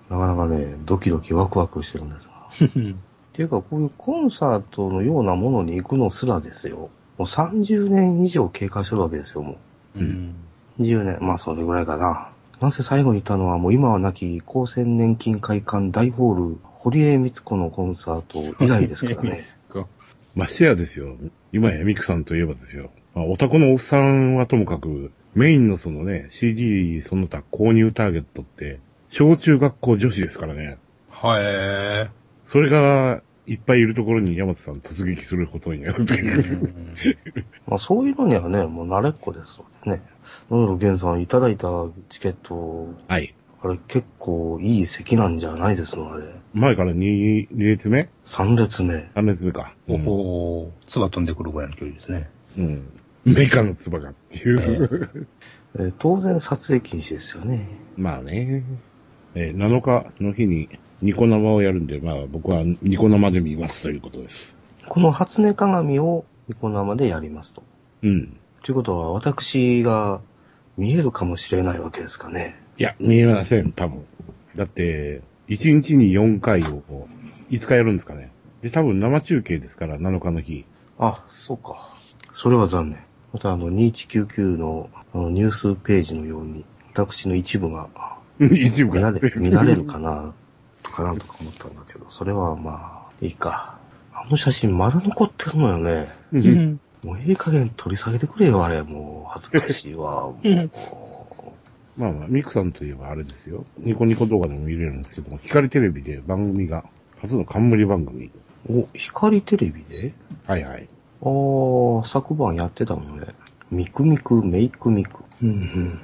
Speaker 1: なかなかね、ドキドキワクワクしてるんですが。
Speaker 4: うん。
Speaker 1: っていうか、こういうコンサートのようなものに行くのすらですよ。もう30年以上経過してるわけですよ、も
Speaker 4: うん。
Speaker 1: う。20年、まあそれぐらいかな。なんせ最後に行ったのはもう今は亡き厚生年金会館大ホール、堀江光子のコンサート以来ですから ね。
Speaker 2: ましてやですよ、今やミクさんといえばですよ、まあ、オタクのおっさんはともかく、メインのそのね、CD その他購入ターゲットって、小中学校女子ですからね。
Speaker 4: はえ
Speaker 2: それが、いっぱいいるところに山田さん突撃することになるという。
Speaker 4: ー。
Speaker 1: まあそういうのにはね、もう慣れっこですのでね。野々源さんいただいたチケット、
Speaker 2: はい。
Speaker 1: あれ結構いい席なんじゃないですの、あれ。
Speaker 2: 前から 2, 2列目
Speaker 1: 3列目。
Speaker 2: ?3 列目か。
Speaker 4: おほー。唾飛んでくるぐらいの距離です ね。
Speaker 2: うん。メカの唾がっていう。
Speaker 1: えー当然撮影禁止ですよね。
Speaker 2: まあね。えー7日の日にニコ生をやるんで、まあ僕はニコ生で見ますということです。
Speaker 1: この初音鏡をニコ生でやりますと。
Speaker 2: うん。
Speaker 1: ということは、私が見えるかもしれないわけですかね。
Speaker 2: いや、見えません、多分。だって、1日に4回をこう5日やるんですかね。で、多分生中継ですから、7日の日。
Speaker 1: あ、そうか。それは残念。また、あの、2199のあのニュースページのように、私の一部が
Speaker 2: 一部
Speaker 1: 見
Speaker 2: が
Speaker 1: ら。れ、見られるかな、とかなんとか思ったんだけど、それはまあ、いいか。あの写真まだ残ってるのよね。
Speaker 2: うん
Speaker 1: もういい加減取り下げてくれよ、あれ。もう、恥ずかしいわ。もう
Speaker 2: まあまあ、ミクさんといえばあれですよ。ニコニコ動画でも見れるんですけども、光テレビで番組が、初の冠番組。
Speaker 1: お、光テレビで
Speaker 2: はいはい。
Speaker 1: ああ、昨晩やってたもんね。ミクミク、メイクミク。うんうんう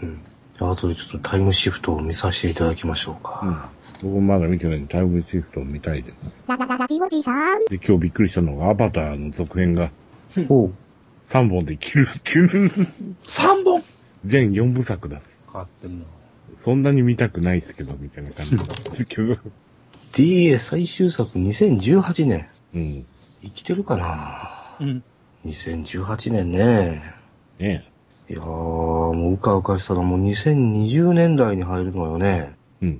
Speaker 1: ん。じゃあ、後でちょっとタイムシフトを見させていただきましょう
Speaker 2: う
Speaker 1: か。
Speaker 2: ん。僕もまだ見てないんで、タイムシフトを見たいです。
Speaker 3: ララララジオジさん。
Speaker 2: で、今日びっくりしたのが、アバターの続編が
Speaker 1: おう
Speaker 2: 3本で切るっていう、
Speaker 4: 3本
Speaker 2: 全4部作だ。
Speaker 4: 変わってんな。
Speaker 2: そんなに見たくないですけど、みたいな感じなんですけど。
Speaker 1: DA 最終作2018年。
Speaker 2: うん。ね
Speaker 1: 生きてるかな
Speaker 4: うん。
Speaker 1: ?2018 年ね。
Speaker 2: え。
Speaker 1: いやー、もううかうかしたらもう2020年代に入るのよね。
Speaker 2: うん。
Speaker 1: い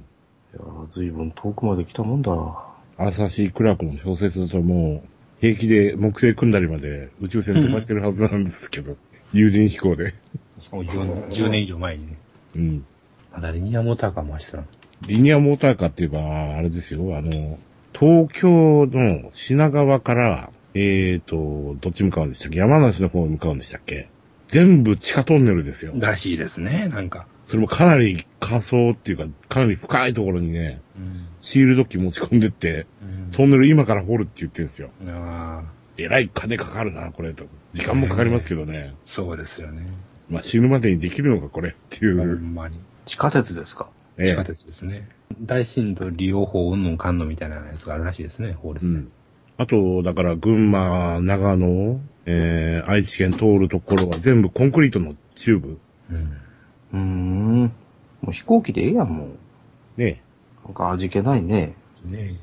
Speaker 1: やー、随分遠くまで来たもんだ。
Speaker 2: アーサー・シー・クラークの小説だともう、平気で木星組んだりまで宇宙船飛ばしてるはずなんですけど、友人飛行で。
Speaker 4: しかも 10, 10年以上前にね。
Speaker 2: うん。
Speaker 4: まだリニアモーターカー回してたの。
Speaker 2: リニアモーターカーって言えば、あれですよ、あの、東京の品川から、えーと、どっち向かうんでしたっけ山梨の方に向かうんでしたっけ全部地下トンネルですよ。
Speaker 4: らしいですね、なんか。
Speaker 2: それもかなり仮想っていうか、かなり深いところにね、
Speaker 4: うん。
Speaker 2: シールド機持ち込んでって、トンネル今から掘るって言ってるんですよ。
Speaker 4: ああ、
Speaker 2: えらい金かかるな、これと。時間もかかりますけどね。
Speaker 4: そうですよね。
Speaker 2: まあ、死ぬまでにできるのか、これってい
Speaker 4: ほ
Speaker 2: う。
Speaker 4: んまに。
Speaker 1: 地下鉄ですか
Speaker 2: え
Speaker 4: 地下鉄ですね。大震度利用法うんぬんかんのみたいなやつがあるらしいですね、法律
Speaker 2: う
Speaker 4: で。
Speaker 2: ん。あと、だから、群馬、長野、えー、愛知県通るところは全部コンクリートのチューブ。
Speaker 4: うん
Speaker 1: うーん。もう飛行機でええやん、もう。
Speaker 2: ね。
Speaker 1: なんか味気ないね。
Speaker 4: ね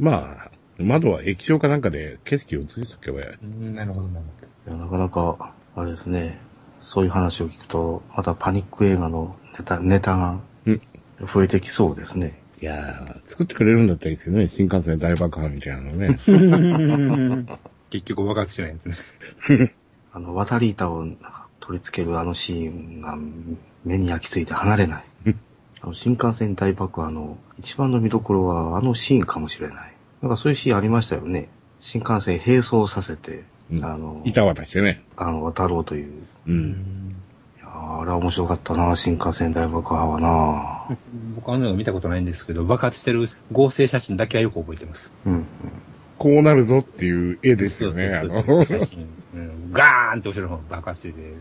Speaker 2: まあ、窓は液晶かなんかで景色を映しとけばいい
Speaker 4: なるほど、なる
Speaker 1: いや、なかなか、あれですね。そういう話を聞くと、またパニック映画のネタ、ネタが
Speaker 2: うん
Speaker 1: 増えてきそうですね。
Speaker 2: いやー、作ってくれるんだったらいいですよね。新幹線大爆破みたいなの ね。
Speaker 4: ほど。結局爆発しないんですね。
Speaker 1: あの、渡り板をなんか取り付けるあのシーンが目に焼き付いて離れない
Speaker 2: うん。
Speaker 1: あの新幹線大爆破の一番の見どころはあのシーンかもしれない。なんかそういうシーンありましたよね。新幹線並走させて、
Speaker 2: うん
Speaker 1: あの、
Speaker 2: 板渡してね。
Speaker 1: あの渡ろうという。
Speaker 2: うん。
Speaker 1: いやーあれは面白かったな、新幹線大爆破はな。
Speaker 4: 僕あの映画見たことないんですけど、爆発してる合成写真だけはよく覚えてます。
Speaker 1: うんうん。
Speaker 2: こうなるぞっていう絵ですよね。あ
Speaker 4: そうそうそう
Speaker 2: の
Speaker 4: 写真。うんガーンって後ろの方爆発してて。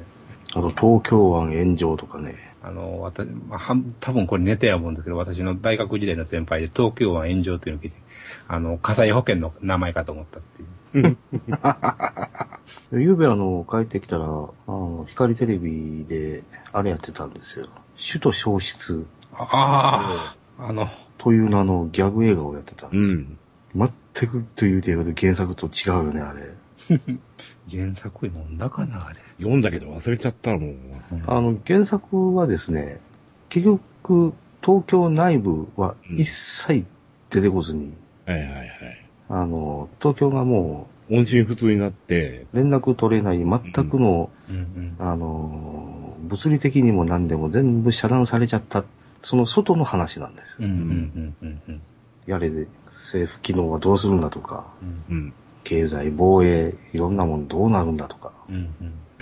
Speaker 1: あと東京湾炎上とかね。
Speaker 4: あの、私、まあ、はん多分これネタや思うんですけど、私の大学時代の先輩で東京湾炎上というのを聞いて、あの、火災保険の名前かと思ったっていう。
Speaker 1: ゆうべあの、帰ってきたら、あの、光テレビで、あれやってたんですよ。首都消失
Speaker 4: ああ、あの、
Speaker 1: という名のギャグ映画をやってたん
Speaker 2: う
Speaker 1: ですよ。
Speaker 2: ん。
Speaker 1: 全くという程度で原作と違うよね、あれ。
Speaker 4: 原作読んだかな、あれ。
Speaker 2: 読んだけど忘れちゃったもん。
Speaker 1: あの、原作はですね、結局、東京内部は一切出てこずに、
Speaker 2: はいはいはい。
Speaker 1: あの、東京がも
Speaker 2: 音信不通になって、
Speaker 1: う連絡取れない全くの、
Speaker 4: うんうん。
Speaker 1: あの、物理的にも何でも全部遮断されちゃった、その外の話なんです。
Speaker 4: うんうんうんうん
Speaker 1: やれで、政府機能はどうするんだとか、
Speaker 4: うん
Speaker 2: うん。
Speaker 1: 経済、防衛、いろんなもんどうなるんだとか、
Speaker 4: うん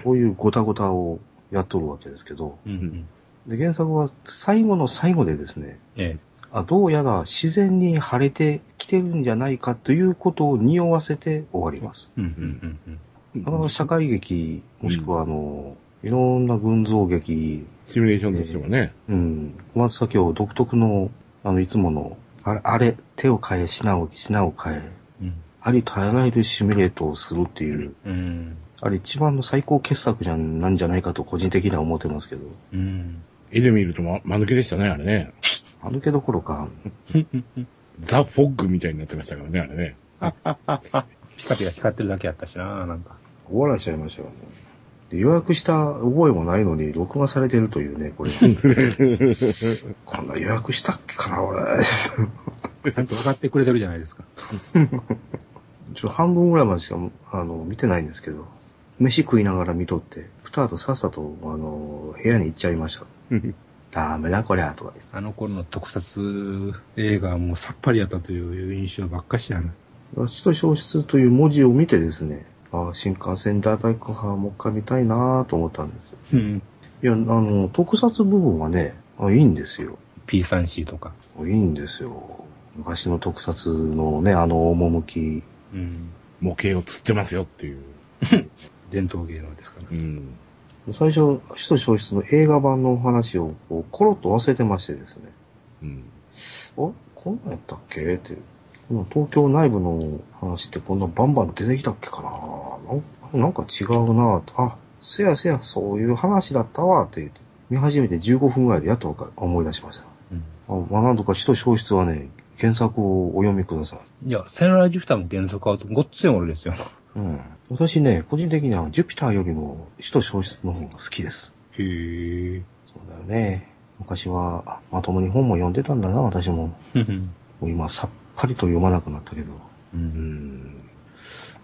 Speaker 1: そういうごたごたをやっとるわけですけど、
Speaker 4: うんう
Speaker 1: で
Speaker 4: ん。
Speaker 1: 原作は最後の最後でですね、
Speaker 4: え
Speaker 1: あどうやら自然に晴れてきてるんじゃないかということを匂わせて終わります。
Speaker 4: え。うんうんうん
Speaker 1: あの社会劇、もしくはあの、いろんな群像劇、
Speaker 2: シミュレーションとしてはね。
Speaker 1: うん、まず先ほど独特の、あの、いつもの、あれ、あれ手を変え、品を、品を変え、
Speaker 4: うん。
Speaker 1: ありとあらゆるシミュレートをするっていう、
Speaker 4: うん。
Speaker 1: あれ一番の最高傑作じゃん、なんじゃないかと個人的には思ってますけど、
Speaker 4: うん。
Speaker 2: 絵で見るとま、間抜けでしたね、あれね。
Speaker 1: あのけどころか、
Speaker 2: ザ・フォッグみたいになってましたからね、あれね。
Speaker 4: ピカピカ光ってるだけやったしな、なんか。
Speaker 1: 終わらしちゃいましたよ、ね。で予約した覚えもないのに、録画されてるというね、 これ。こんな予約したっけかな、俺。
Speaker 4: ちゃんと分かってくれてるじゃないですか。
Speaker 1: ちょ半分ぐらいまでしか、あの、見てないんですけど、飯食いながら見とって、二後さっさと、あの、部屋に行っちゃいました。ダメだこりゃ、とか言って。
Speaker 4: あの頃の特撮映画はもうさっぱりやったという印象ばっかしやな。
Speaker 1: 私と消失という文字を見てですね、ああ、新幹線大爆破もう一回見たいなぁと思ったんですよ。
Speaker 4: うん。
Speaker 1: いや、あの、特撮部分はね、あいいんですよ。
Speaker 4: P3C とか。
Speaker 1: いいんですよ。昔の特撮のね、あの趣。
Speaker 4: うん。
Speaker 2: 模型を釣ってますよっていう。
Speaker 4: 伝統芸能ですから。
Speaker 2: うん。
Speaker 1: 最初、死と消失の映画版のお話をこうコロッと忘れてましてですね。
Speaker 2: うん。
Speaker 1: あこんなんやったっけって。この東京内部の話ってこんなバンバン出てきたっけかななんなんか違うなぁあ、せやせや、そういう話だったわって言って。見始めて15分ぐらいでやっとわかる思い出しました。
Speaker 4: うん。
Speaker 1: あまあ、なんとか死と消失はね、原作をお読みください。
Speaker 4: いや、セロラジュフタも原則はごっつい俺ですよ。
Speaker 1: うん。私ね、個人的にはジュピターよりも死と消失の方が好きです。
Speaker 4: へえ。
Speaker 1: そうだよね。昔はまともに本も読んでたんだな、私も。も
Speaker 4: うん。
Speaker 1: う今さっぱりと読まなくなったけど。
Speaker 4: う。
Speaker 2: うんん。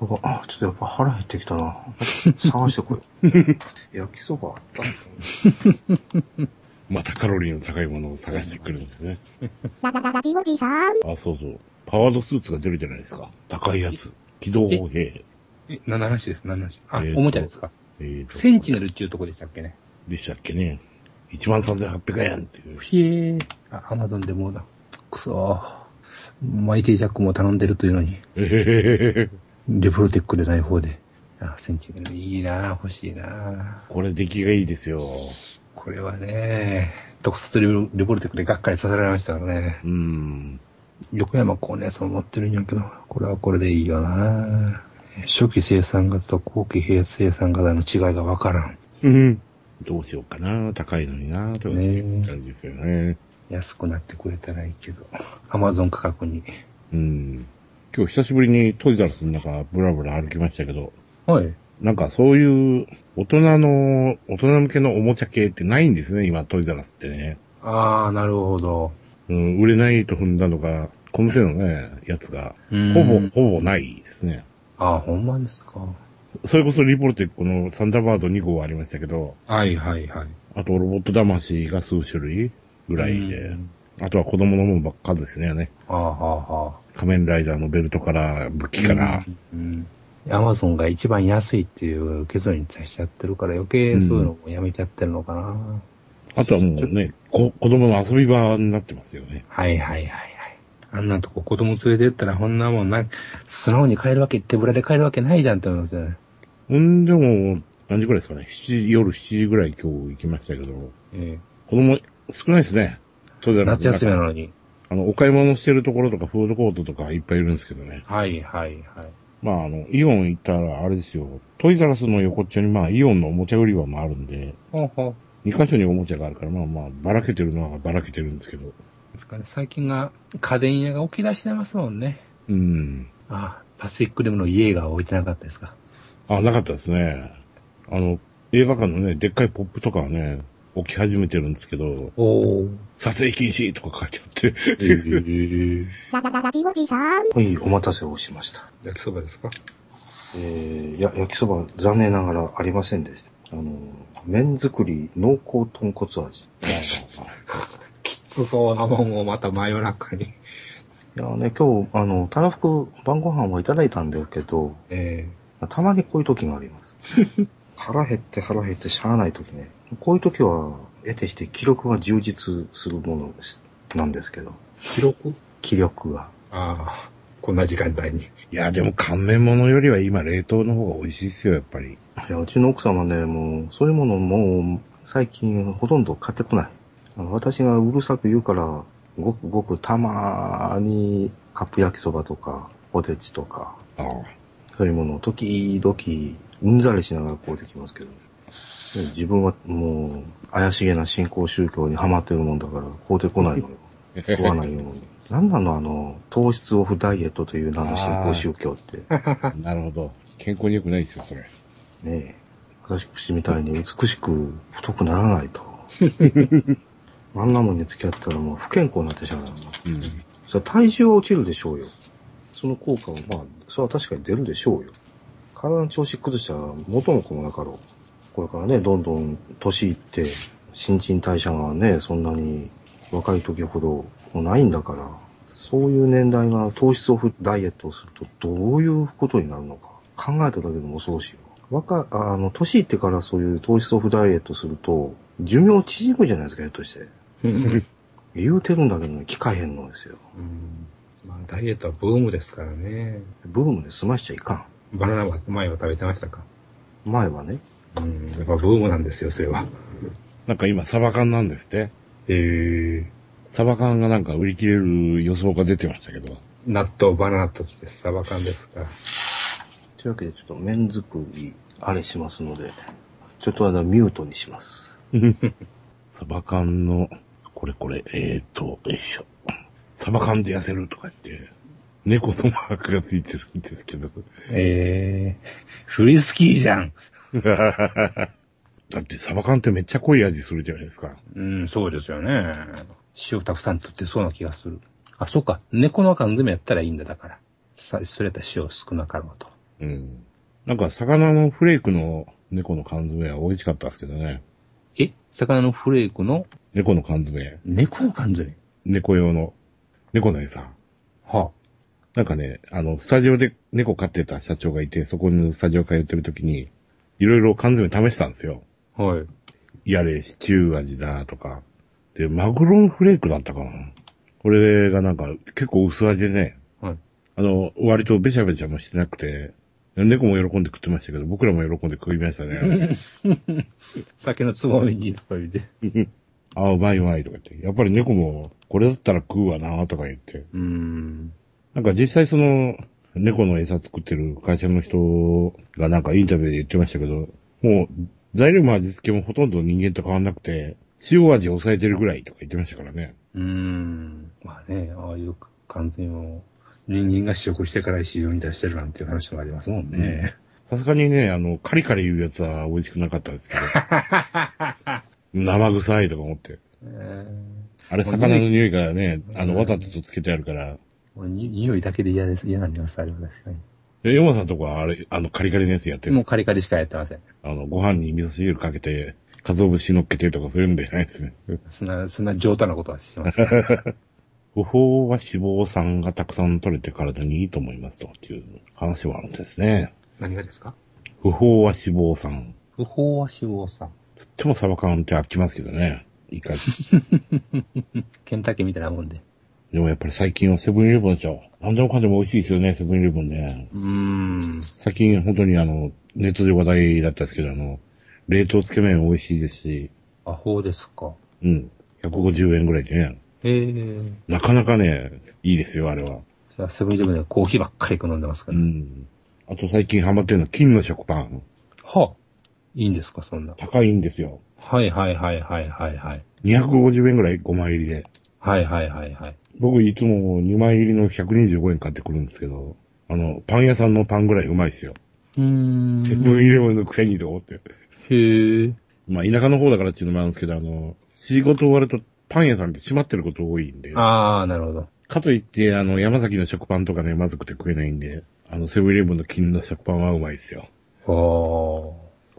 Speaker 1: なんか、あ、ちょっとやっぱ腹減ってきたな。探してこよう。 焼きそばあった
Speaker 2: またカロリーの高いものを探してくるんですね。
Speaker 3: ララララジオジさん。
Speaker 2: あ、そうそう。パワードスーツが出るじゃないですか。高いやつ。機動砲兵。
Speaker 4: え、何の話です何の話あ、
Speaker 2: えーと
Speaker 4: おもちゃですか。
Speaker 2: えーと
Speaker 4: センチネルっていうとこでしたっけね。
Speaker 2: でしたっけね。13,800円っていう。
Speaker 4: ひえー。あ、アマゾンでもうだ。くそー。マイティジャックも頼んでるというのに、
Speaker 2: えへへへ
Speaker 4: レプロテックでない方で。あ、センチネルいいな欲しいな
Speaker 2: これ出来がいいですよ。
Speaker 4: これはね、特撮レボルレボルテックでがっかりさせられましたからね。
Speaker 2: うん。
Speaker 4: 横山光年さん持ってるんやけど、これはこれでいいよな初期生産型と後期平成産型の違いがわからん。
Speaker 2: うん。どうしようかな。高いのにな。とかっていう感じですよね。
Speaker 4: 安くなってくれたらいいけど、アマゾン価格に。
Speaker 2: うん。今日久しぶりにトイザラスの中、ブラブラ歩きましたけど、
Speaker 4: はい。
Speaker 2: なんかそういう大人の、大人向けのおもちゃ系ってないんですね、今、トイザラスってね。
Speaker 4: ああ、なるほど。
Speaker 2: うん、売れないと踏んだのが、この手のね、やつが、
Speaker 4: ほ
Speaker 2: ほぼ、ほぼないですね。
Speaker 4: ああ、ほんまですか。
Speaker 2: それこそリボルテックのサンダーバード2号はありましたけど、
Speaker 4: はいはいはい。
Speaker 2: あとロボット魂が数種類ぐ
Speaker 4: ぐ
Speaker 2: らいで、あとは子供のものばっかですね。
Speaker 4: ああ、はあ、はあ。
Speaker 2: 仮面ライダーのベルトから武器から、
Speaker 4: うん。アマゾンが一番安いっていう結論に達しちゃってるから余計そういうのもやめちゃってるのかな。
Speaker 2: あとはもうね、こ子供の遊び場になってますよね。
Speaker 4: はいはいはいはい。あんなとこ子供連れてったらこんなもんな、素直に買えるわけ、手ぶらで買えるわけないじゃんって思いますよね。
Speaker 2: うん、でも、何時くらいですかね。7時、夜7時ぐらい今日行きましたけど、
Speaker 4: え
Speaker 2: 子供少ないですね。そう
Speaker 4: え
Speaker 2: だ
Speaker 4: 夏休みなのに。
Speaker 2: あの、お買い物してるところとかフードコートとかいっぱいいるんですけどね。
Speaker 4: はいはいはい。
Speaker 2: まあ、あの、イオン行ったらあれですよ。トイザラスの横っちょにまあ、イオンのおもちゃ売り場もあるんで、
Speaker 4: ほうほ
Speaker 2: 2箇所におもちゃがあるから、まあまあ、ばらけてるのはばらけてるんですけど。
Speaker 4: う。ですかね、最近が家電屋が起き出してますもんね。
Speaker 2: うん。
Speaker 4: ああ、パシフィックリムのイエーガーは置いてなかったですか。
Speaker 2: あ、なかったですね。あの、映画館のね、でっかいポップとかはね、置き始めてるんですけど、
Speaker 4: おお。
Speaker 2: 撮影禁止とか書いてあって、
Speaker 4: えー、
Speaker 3: ララララジオジさーん。
Speaker 1: はい、お待たせをしました。
Speaker 4: 焼きそばですか
Speaker 1: えー、や、焼きそば残念ながらありませんでした。あの、麺作り濃厚豚骨味。
Speaker 4: つそうなもんをまた真夜中に。
Speaker 1: いやーね、今日、あの、たらふく晩ご飯はいただいたんだけど、
Speaker 4: え
Speaker 1: たまにこういう時があり ます。腹減って腹減ってしゃあない時ね。こういう時は、得てして気力が充実するものですなんですけど、
Speaker 4: え記録
Speaker 1: 気力が。
Speaker 4: ああ、こんな時間帯に。
Speaker 2: いや、でも乾麺物よりは今冷凍の方が美味しいっすよ、やっぱり。
Speaker 1: いや、うちの奥様ね、もう、そういうものもう、最近ほとんど買ってこない。あの私がうるさく言うから、ごくごくたまーに、カップ焼きそばとか、ポテチとか、
Speaker 2: ああ。
Speaker 1: そういうものを時々、うんざりしながらこうできますけど、自分はもう、怪しげな信仰宗教にハマってるもんだから、こうでこないのよ。食わ ないように。なんなのあの、糖質オフダイエットという名の信仰宗教って。
Speaker 2: なるほど。健康に良くないですよ、それ。
Speaker 1: ねえ、私口みたいに美しく太くならないと。あんなもんに付き合ってたらもう不健康になってしまうよ。
Speaker 2: うん。
Speaker 1: それは体重は落ちるでしょうよ。その効果はまあ、それは確かに出るでしょうよ。体の調子崩したら元も子もなかろう。これからね、どんどん年いって、新陳代謝がね、そんなに若い時ほどもうないんだから、そういう年代が糖質オフダイエットをするとどういうことになるのか。考えただけでも恐ろしいよ。若、あの、年いってからそういう糖質オフダイエットすると、寿命縮むじゃないですか、ひょっとして。
Speaker 4: うん。
Speaker 1: 言うてるんだけどね、機械変能ですよ。
Speaker 4: まあ、ダイエットはブームですからね。
Speaker 1: ブームで済ましちゃいかん。
Speaker 4: バナナは前は食べてましたか
Speaker 1: 前はね、
Speaker 4: うん。やっぱブームなんですよ、それは。
Speaker 2: なんか今、サバ缶なんですって。
Speaker 4: えー、
Speaker 2: サバ缶がなんか売り切れる予想が出てましたけど。
Speaker 4: 納豆、バナナときてサバ缶ですか。
Speaker 1: というわけでちょっと麺作り、あれしますので、ちょっとあのミュートにします。
Speaker 2: サバ缶の、これこれ、えーと、よいしょ。サバ缶で痩せるとか言って、猫のマークがついてるんですけど。
Speaker 4: ええフリスキーじゃん。
Speaker 2: だってサバ缶ってめっちゃ濃い味するじゃないですか。
Speaker 4: うん、そうですよね。塩たくさん取ってそうな気がする。あ、そうか。猫の缶詰やったらいいんだ、だから。さ、それやったら塩少なかろうと。
Speaker 2: うん。なんか魚のフレークの猫の缶詰は美味しかったですけどね。
Speaker 4: え魚のフレークの
Speaker 2: 猫の缶詰。
Speaker 4: 猫の缶詰
Speaker 2: 猫用の。猫の餌。
Speaker 4: は
Speaker 2: なんかね、あの、スタジオで猫飼ってた社長がいて、そこにスタジオ通ってる時に、いろいろ缶詰試したんですよ。
Speaker 4: あ、はい。
Speaker 2: やれ、シチュー味だとか。で、マグロのフレークだったかな。これがなんか結構薄味でね、
Speaker 4: はい。
Speaker 2: あの、割とベシャベシャもしてなくて、猫も喜んで食ってましたけど、僕らも喜んで食いましたね。
Speaker 4: 酒のつまみにとか言って。
Speaker 2: ああ、うまいうまいとか言って。やっぱり猫も、これだったら食うわなとか言って。
Speaker 4: うーん。
Speaker 2: なんか実際その、猫の餌作ってる会社の人がなんかインタビューで言ってましたけど、もう、材料も味付けもほとんど人間と変わんなくて、塩味を抑えてるぐらいとか言ってましたからね。
Speaker 4: うーん。まあね、ああいう缶詰を人間が試食してから市場に出してるなんていう話もありますもんね。
Speaker 2: さすがにね、あの、カリカリ言うやつは美味しくなかったですけ ど。生臭いとか思って。
Speaker 4: え
Speaker 2: あれ、魚の匂いがね、
Speaker 4: うん
Speaker 2: あの、わざとつけてあるから。
Speaker 4: ー、に匂いだけで嫌です。嫌なります、あれは確かに。
Speaker 2: え、ヨマさんとこはあれ、あの、カリカリのやつやってるん
Speaker 4: も
Speaker 2: で
Speaker 4: う
Speaker 2: すか
Speaker 4: カリカリしかやってません。
Speaker 2: あの、ご飯に味噌汁かけて、鰹節乗っけてとかそういうんじゃないですね。
Speaker 4: そんな、そんな上等なことはしてません。
Speaker 2: 不法は脂肪酸がたくさん取れて体にいいと思いますとかっていう話もあるんですね。
Speaker 4: 何がですか
Speaker 2: 不法は脂肪酸。
Speaker 4: 不法は脂肪酸。
Speaker 2: つってもサバ缶って飽きますけどね。一回。
Speaker 4: ケンタッキーみたいなもんで。
Speaker 2: でもやっぱり最近はセブンイレブンでしょ。何でもかんでも美味しいですよね、セブンイレブンね。
Speaker 4: うーん。
Speaker 2: 最近本当にあの、ネットで話題だったんですけど、あの、冷凍つけ麺美味しいですし、
Speaker 4: アホですか。
Speaker 2: うん。150円ぐらいでね。
Speaker 4: へえ。
Speaker 2: なかなかね、いいですよ、あれは。
Speaker 4: じゃあセブンイレブンでコーヒーばっかり飲んでますか
Speaker 2: う
Speaker 4: ら。
Speaker 2: ん。あと最近ハマってるのは金の食パン。
Speaker 4: はあ。いいんですか、そんな。
Speaker 2: 高いんですよ。
Speaker 4: はいはいはいはいはいはい。
Speaker 2: 250円ぐらい5枚入りで。
Speaker 4: はいはいはいはい。
Speaker 2: 僕いつも2枚入りの125円買ってくるんですけど、あの、パン屋さんのパンぐらいうまいですよ。
Speaker 4: うーん。
Speaker 2: セブンイレブンのくせにと思って。
Speaker 4: へえ。
Speaker 2: まあ田舎の方だからっていうのもあるんですけど、あの、仕事終わるとパン屋さんって閉まってること多いんで、
Speaker 4: ああ、なるほど。
Speaker 2: かといって、あの、山崎の食パンとかね、まずくて食えないんで、あの、セブンイレブンの金の食パンはうまいですよ。
Speaker 4: ああ。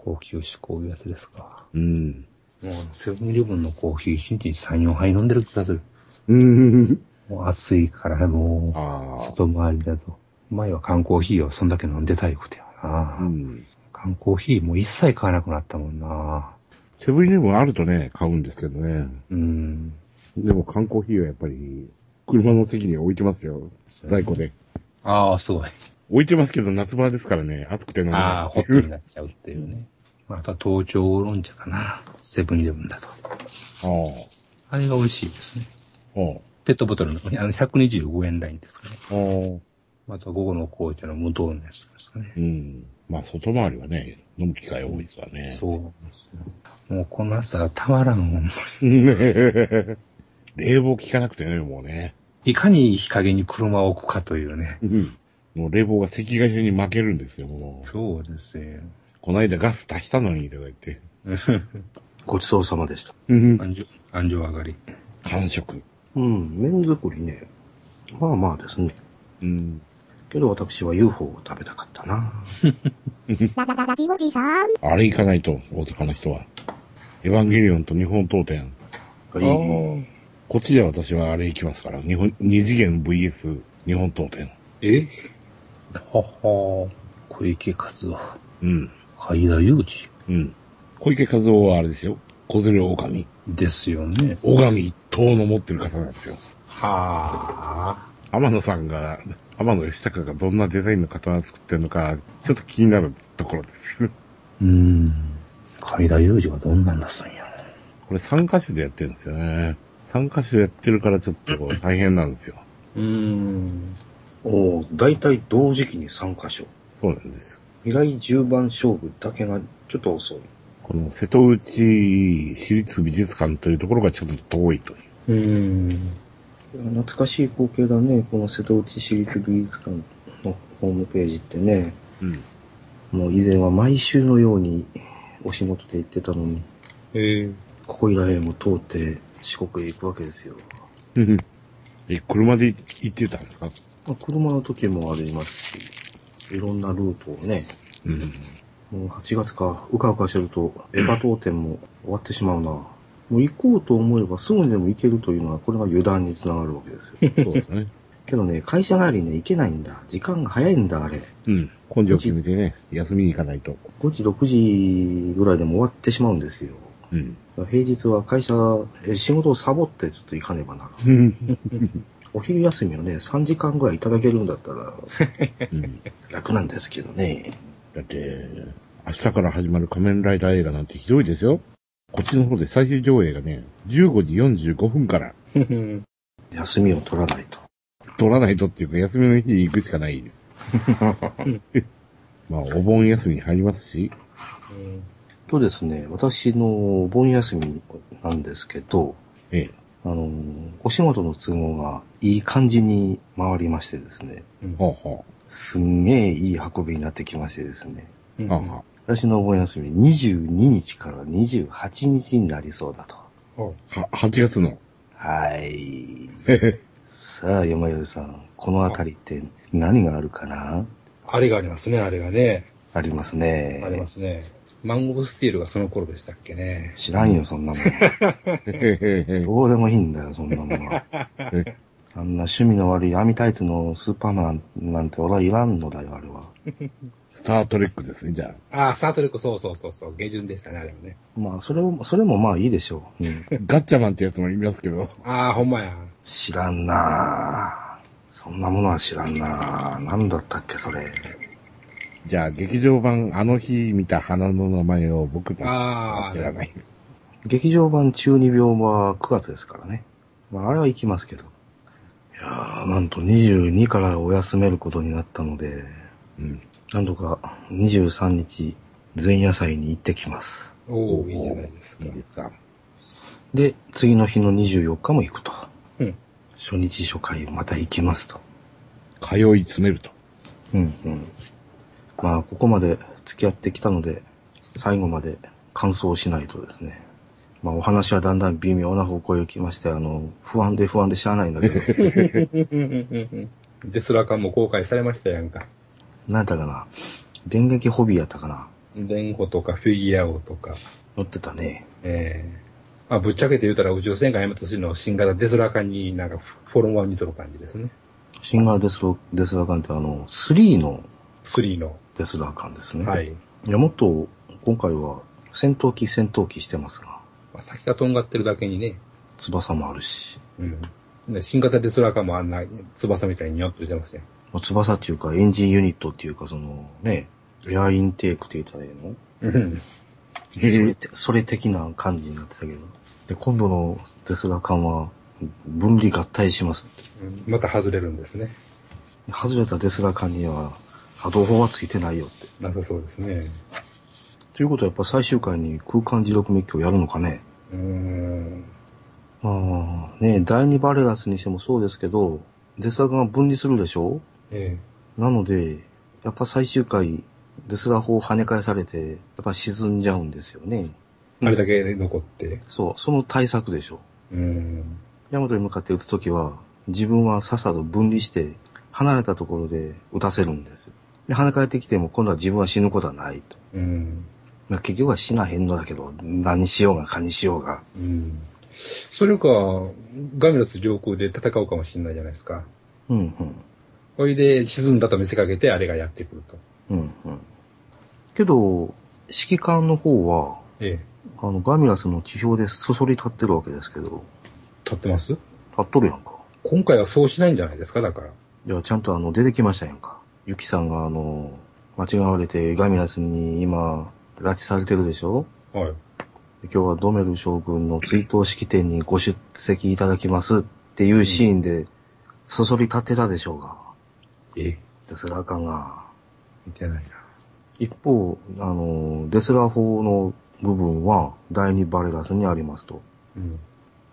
Speaker 4: 高級志向いうやつですか。
Speaker 2: うん。
Speaker 4: もう、セブンイレブンのコーヒー一日に3、4杯飲んでる気がする。
Speaker 2: うん。
Speaker 4: もう暑いから、も
Speaker 2: あ
Speaker 4: う、
Speaker 2: あ。
Speaker 4: 外回りだと。前は缶コーヒーをそんだけ飲んでたいうことやな。
Speaker 2: うん。
Speaker 4: 缶コーヒーもう一切買わなくなったもんな。
Speaker 2: セブンイレブンあるとね、買うんですけどね。
Speaker 4: うん。
Speaker 2: でも缶コーヒーはやっぱり、車の席に置いてますよ。在庫で。
Speaker 4: ああ、すごい。
Speaker 2: 置いてますけど、夏場ですからね、暑くて飲めない
Speaker 4: ああ、ホットになっちゃうっていうね。まああとは東京ウーロン茶かな。セブンイレブンだと。
Speaker 2: ああ。
Speaker 4: あれが美味しいですね。
Speaker 2: おう
Speaker 4: ペットボトルの、あの、125円ラインですかね。
Speaker 2: おう
Speaker 4: あと午後の紅茶の無糖のやつですかね。
Speaker 2: うん。まあ、外回りはね、飲む機会多いですわね。
Speaker 4: そうなんですよ。もうこの暑さがたまらんほんまに
Speaker 2: ね冷房効かなくてね、もうね。
Speaker 4: いかに日陰に車を置くかというね。
Speaker 2: もう冷房が赤外線に負けるんですよ、もう。
Speaker 4: そうですよ。
Speaker 2: こないだガス足したのに、とか言って。
Speaker 1: ごちそうさまでした。
Speaker 4: 安城、安城上がり。
Speaker 2: 完食。
Speaker 1: うん、麺作りね。まあまあですね。
Speaker 2: うん。
Speaker 1: けど私は UFO を食べたかったな。
Speaker 3: ララララジオジさん。
Speaker 2: あれ行かないと、大阪の人は。エヴァンゲリオンと日本当店。
Speaker 1: いい。
Speaker 2: こっちでは私はあれ行きますから。日本、二次元 VS 日本当店。
Speaker 4: えはは小池和夫。
Speaker 2: うん。
Speaker 4: 海田祐二。
Speaker 2: うん。小池和夫はあれですよ。小連れ狼。
Speaker 4: ですよね。
Speaker 2: 狼一頭の持ってる方なんですよ。
Speaker 4: はあ。
Speaker 2: 天野さんが、天野義高がどんなデザインの刀を作ってるのか、ちょっと気になるところです。
Speaker 4: うーん。海田祐二がどんなんだすんやろ。
Speaker 2: これ3カ所でやってるんですよね。3カ所やってるからちょっと大変なんですよ。
Speaker 4: うーん。
Speaker 1: おだいたい同時期に3箇所。
Speaker 2: そうなんです。
Speaker 1: 未来10番勝負だけがちょっと遅い。
Speaker 2: この瀬戸内市立美術館というところがちょっと遠いという。
Speaker 4: うーん。
Speaker 1: 懐かしい光景だね。この瀬戸内市立美術館のホームページってね。
Speaker 2: うん。
Speaker 1: もう以前は毎週のようにお仕事で行ってたのに、
Speaker 4: ええ。
Speaker 1: ここいらへんも通って四国へ行くわけですよ。
Speaker 2: え、車で行ってたんですか
Speaker 1: まあ車の時も歩いますし、いろんなルートをね、
Speaker 2: うん。
Speaker 1: もう8月か、うかうかしてると、エヴァ当店も終わってしまうな。もう行こうと思えばすぐにでも行けるというのは、これが油断につながるわけです よ。
Speaker 2: そうですね。
Speaker 1: けどね、会社帰りね、行けないんだ。時間が早いんだ、あれ。
Speaker 2: うん。根性決めてね、休みに行かないと。
Speaker 1: 5時、6時ぐらいでも終わってしまうんですよ。
Speaker 2: うん。
Speaker 1: だから平日は会社、え仕事をサボってちょっと行かねばならん。
Speaker 2: うん。
Speaker 1: お昼休みをね、3時間ぐらいいただけるんだったら楽なんですけどね。
Speaker 2: だって、明日から始まる仮面ライダー映画なんてひどいですよ。こっちの方で最終上映がね、15時45分から、
Speaker 1: 休みを取らないと。
Speaker 2: 取らないとっていうか、休みの日に行くしか ないです。まあ、お盆休みに入りますし、
Speaker 1: とですね、私のお盆休みなんですけど、
Speaker 2: ええ。
Speaker 1: あの、お仕事の都合がいい感じに回りましてですね、
Speaker 2: ほうほ
Speaker 1: すんげえいい運びになってきましてですね、
Speaker 4: う
Speaker 2: う。
Speaker 4: ん
Speaker 2: はあは
Speaker 1: 私のお盆休み22日から28日になりそうだと。
Speaker 2: あは8月の。
Speaker 1: はい。
Speaker 2: へへ
Speaker 1: さあ、山よさん、この辺りって何があるかな
Speaker 4: あれがありますね、あれがね。
Speaker 1: ありますね。。
Speaker 4: ありますすね。マンゴースティールがその頃でしたっけね。
Speaker 1: 知らんよ、そんなもん。
Speaker 2: へへへへ
Speaker 1: どうでもいいんだよ、そんなもの は。あんな趣味の悪い網タイツのスーパーマンなんて俺はいらんのだよ、あれは。
Speaker 2: スタートレックですね、じゃ
Speaker 4: ああ、スタートレック、そうそうそうそう、下旬でしたね、あれもね。
Speaker 1: まあ、それも、それもまあいいでしょう。うん
Speaker 2: あ。ガッチャマンってやつもいますけど。
Speaker 4: ああ、ほんまや。
Speaker 1: 知らんなぁ。そんなものは知らんなぁ。なんだったっけ、それ。
Speaker 2: じゃあ、劇場版、あの日見た花の名前を僕たち
Speaker 4: あ
Speaker 2: は
Speaker 4: ー
Speaker 2: 知らない。
Speaker 1: 劇場版中二病は9月ですからね。まあ、あれは行きますけど。いやー、なんと22からお休めることになったので、
Speaker 2: うん。
Speaker 1: なんとか23日、前夜祭に行ってきます。
Speaker 4: おお、いいじゃないですか
Speaker 2: いい。ですか。
Speaker 1: で、次の日の24日も行くと。
Speaker 4: うん。
Speaker 1: 初日初回また行きますと。
Speaker 2: 通い詰めると。
Speaker 1: うんうん。まあ、ここまで付き合ってきたので、最後まで感想をしないとですね。まあ、お話はだんだん微妙な方向へ行きまして、あの、不安で不安でしゃあないんだけ ど、
Speaker 4: デスラカンも公開されましたやんか。
Speaker 1: なんだかな、電撃ホビーやったかな。
Speaker 4: 電ホとかフィギュア王とか。
Speaker 1: 乗ってたね。
Speaker 4: ええまあ、ぶっちゃけて言うたら宇宙戦艦ヤマトの新型デスラカンになんかフフォロワーにとる感じですね。
Speaker 1: シンガーデスロデスラーガンってあの、3の
Speaker 4: 3の。
Speaker 1: デスラーガンですね。
Speaker 4: は。い。
Speaker 1: いや、もっと、今回は戦闘機戦闘機してますが、
Speaker 4: まあ、先がとんがってるだけにね。
Speaker 1: 翼もあるし、
Speaker 4: うん。で新型デスラカンもあんな翼みたいにニョッとしてますよ。
Speaker 1: まあ翼っていうかエンジンユニットっていうかそのね、エアインテークって言ったらいいの
Speaker 4: うん。
Speaker 1: それてそれ的な感じになってたけど。で、今度のデスラー艦は分離合体します。
Speaker 4: また外れるんですね。
Speaker 1: 外れたデスラー艦には波動砲はついてないよって。
Speaker 4: なさそうですね。
Speaker 1: ということはやっぱ最終回に空間磁力密教やるのかね
Speaker 4: うーん。
Speaker 1: まあね、第二バレラスにしてもそうですけど、デスラー艦は分離するでしょ
Speaker 4: え
Speaker 1: なので、やっぱ最終回、デスラー砲を跳ね返されて、やっぱ沈んじゃうんですよね。
Speaker 4: え。あれだけ残って。
Speaker 1: そう、その対策でしょ。
Speaker 4: うーん。
Speaker 1: ヤマトに向かって撃つときは、自分はさっさと分離して、離れたところで撃たせるんですよ。で、跳ね返ってきても、今度は自分は死ぬことはないと。
Speaker 4: うん。
Speaker 1: まあ結局は死なへんのだけど、何しようが、かにしようが。
Speaker 4: うん。それか、ガミラス上空で戦うかもしれないじゃないですか。
Speaker 1: うんうん。
Speaker 4: ほいで、沈んだと見せかけて、あれがやってくると。
Speaker 1: うんうん。けど、指揮官の方は、
Speaker 4: ええ。
Speaker 1: あの、ガミラスの地表でそそり立ってるわけですけど、
Speaker 4: 立ってます
Speaker 1: 立っとるやんか。
Speaker 4: 今回はそうしないんじゃないですか、だから。
Speaker 1: いや、ちゃんとあの、出てきましたやんか。ユキさんがあの、間違われてガミラスに今、拉致されてるでしょ
Speaker 4: はい。
Speaker 1: で今日はドメル将軍の追悼式典にご出席いただきますっていうシーンで、そそり立ってたでしょうが。
Speaker 4: ええ。
Speaker 1: デスラー艦が。
Speaker 4: 見てないな。
Speaker 1: 一方、あの、デスラー砲の部分は第二バレラスにありますと。
Speaker 4: うん。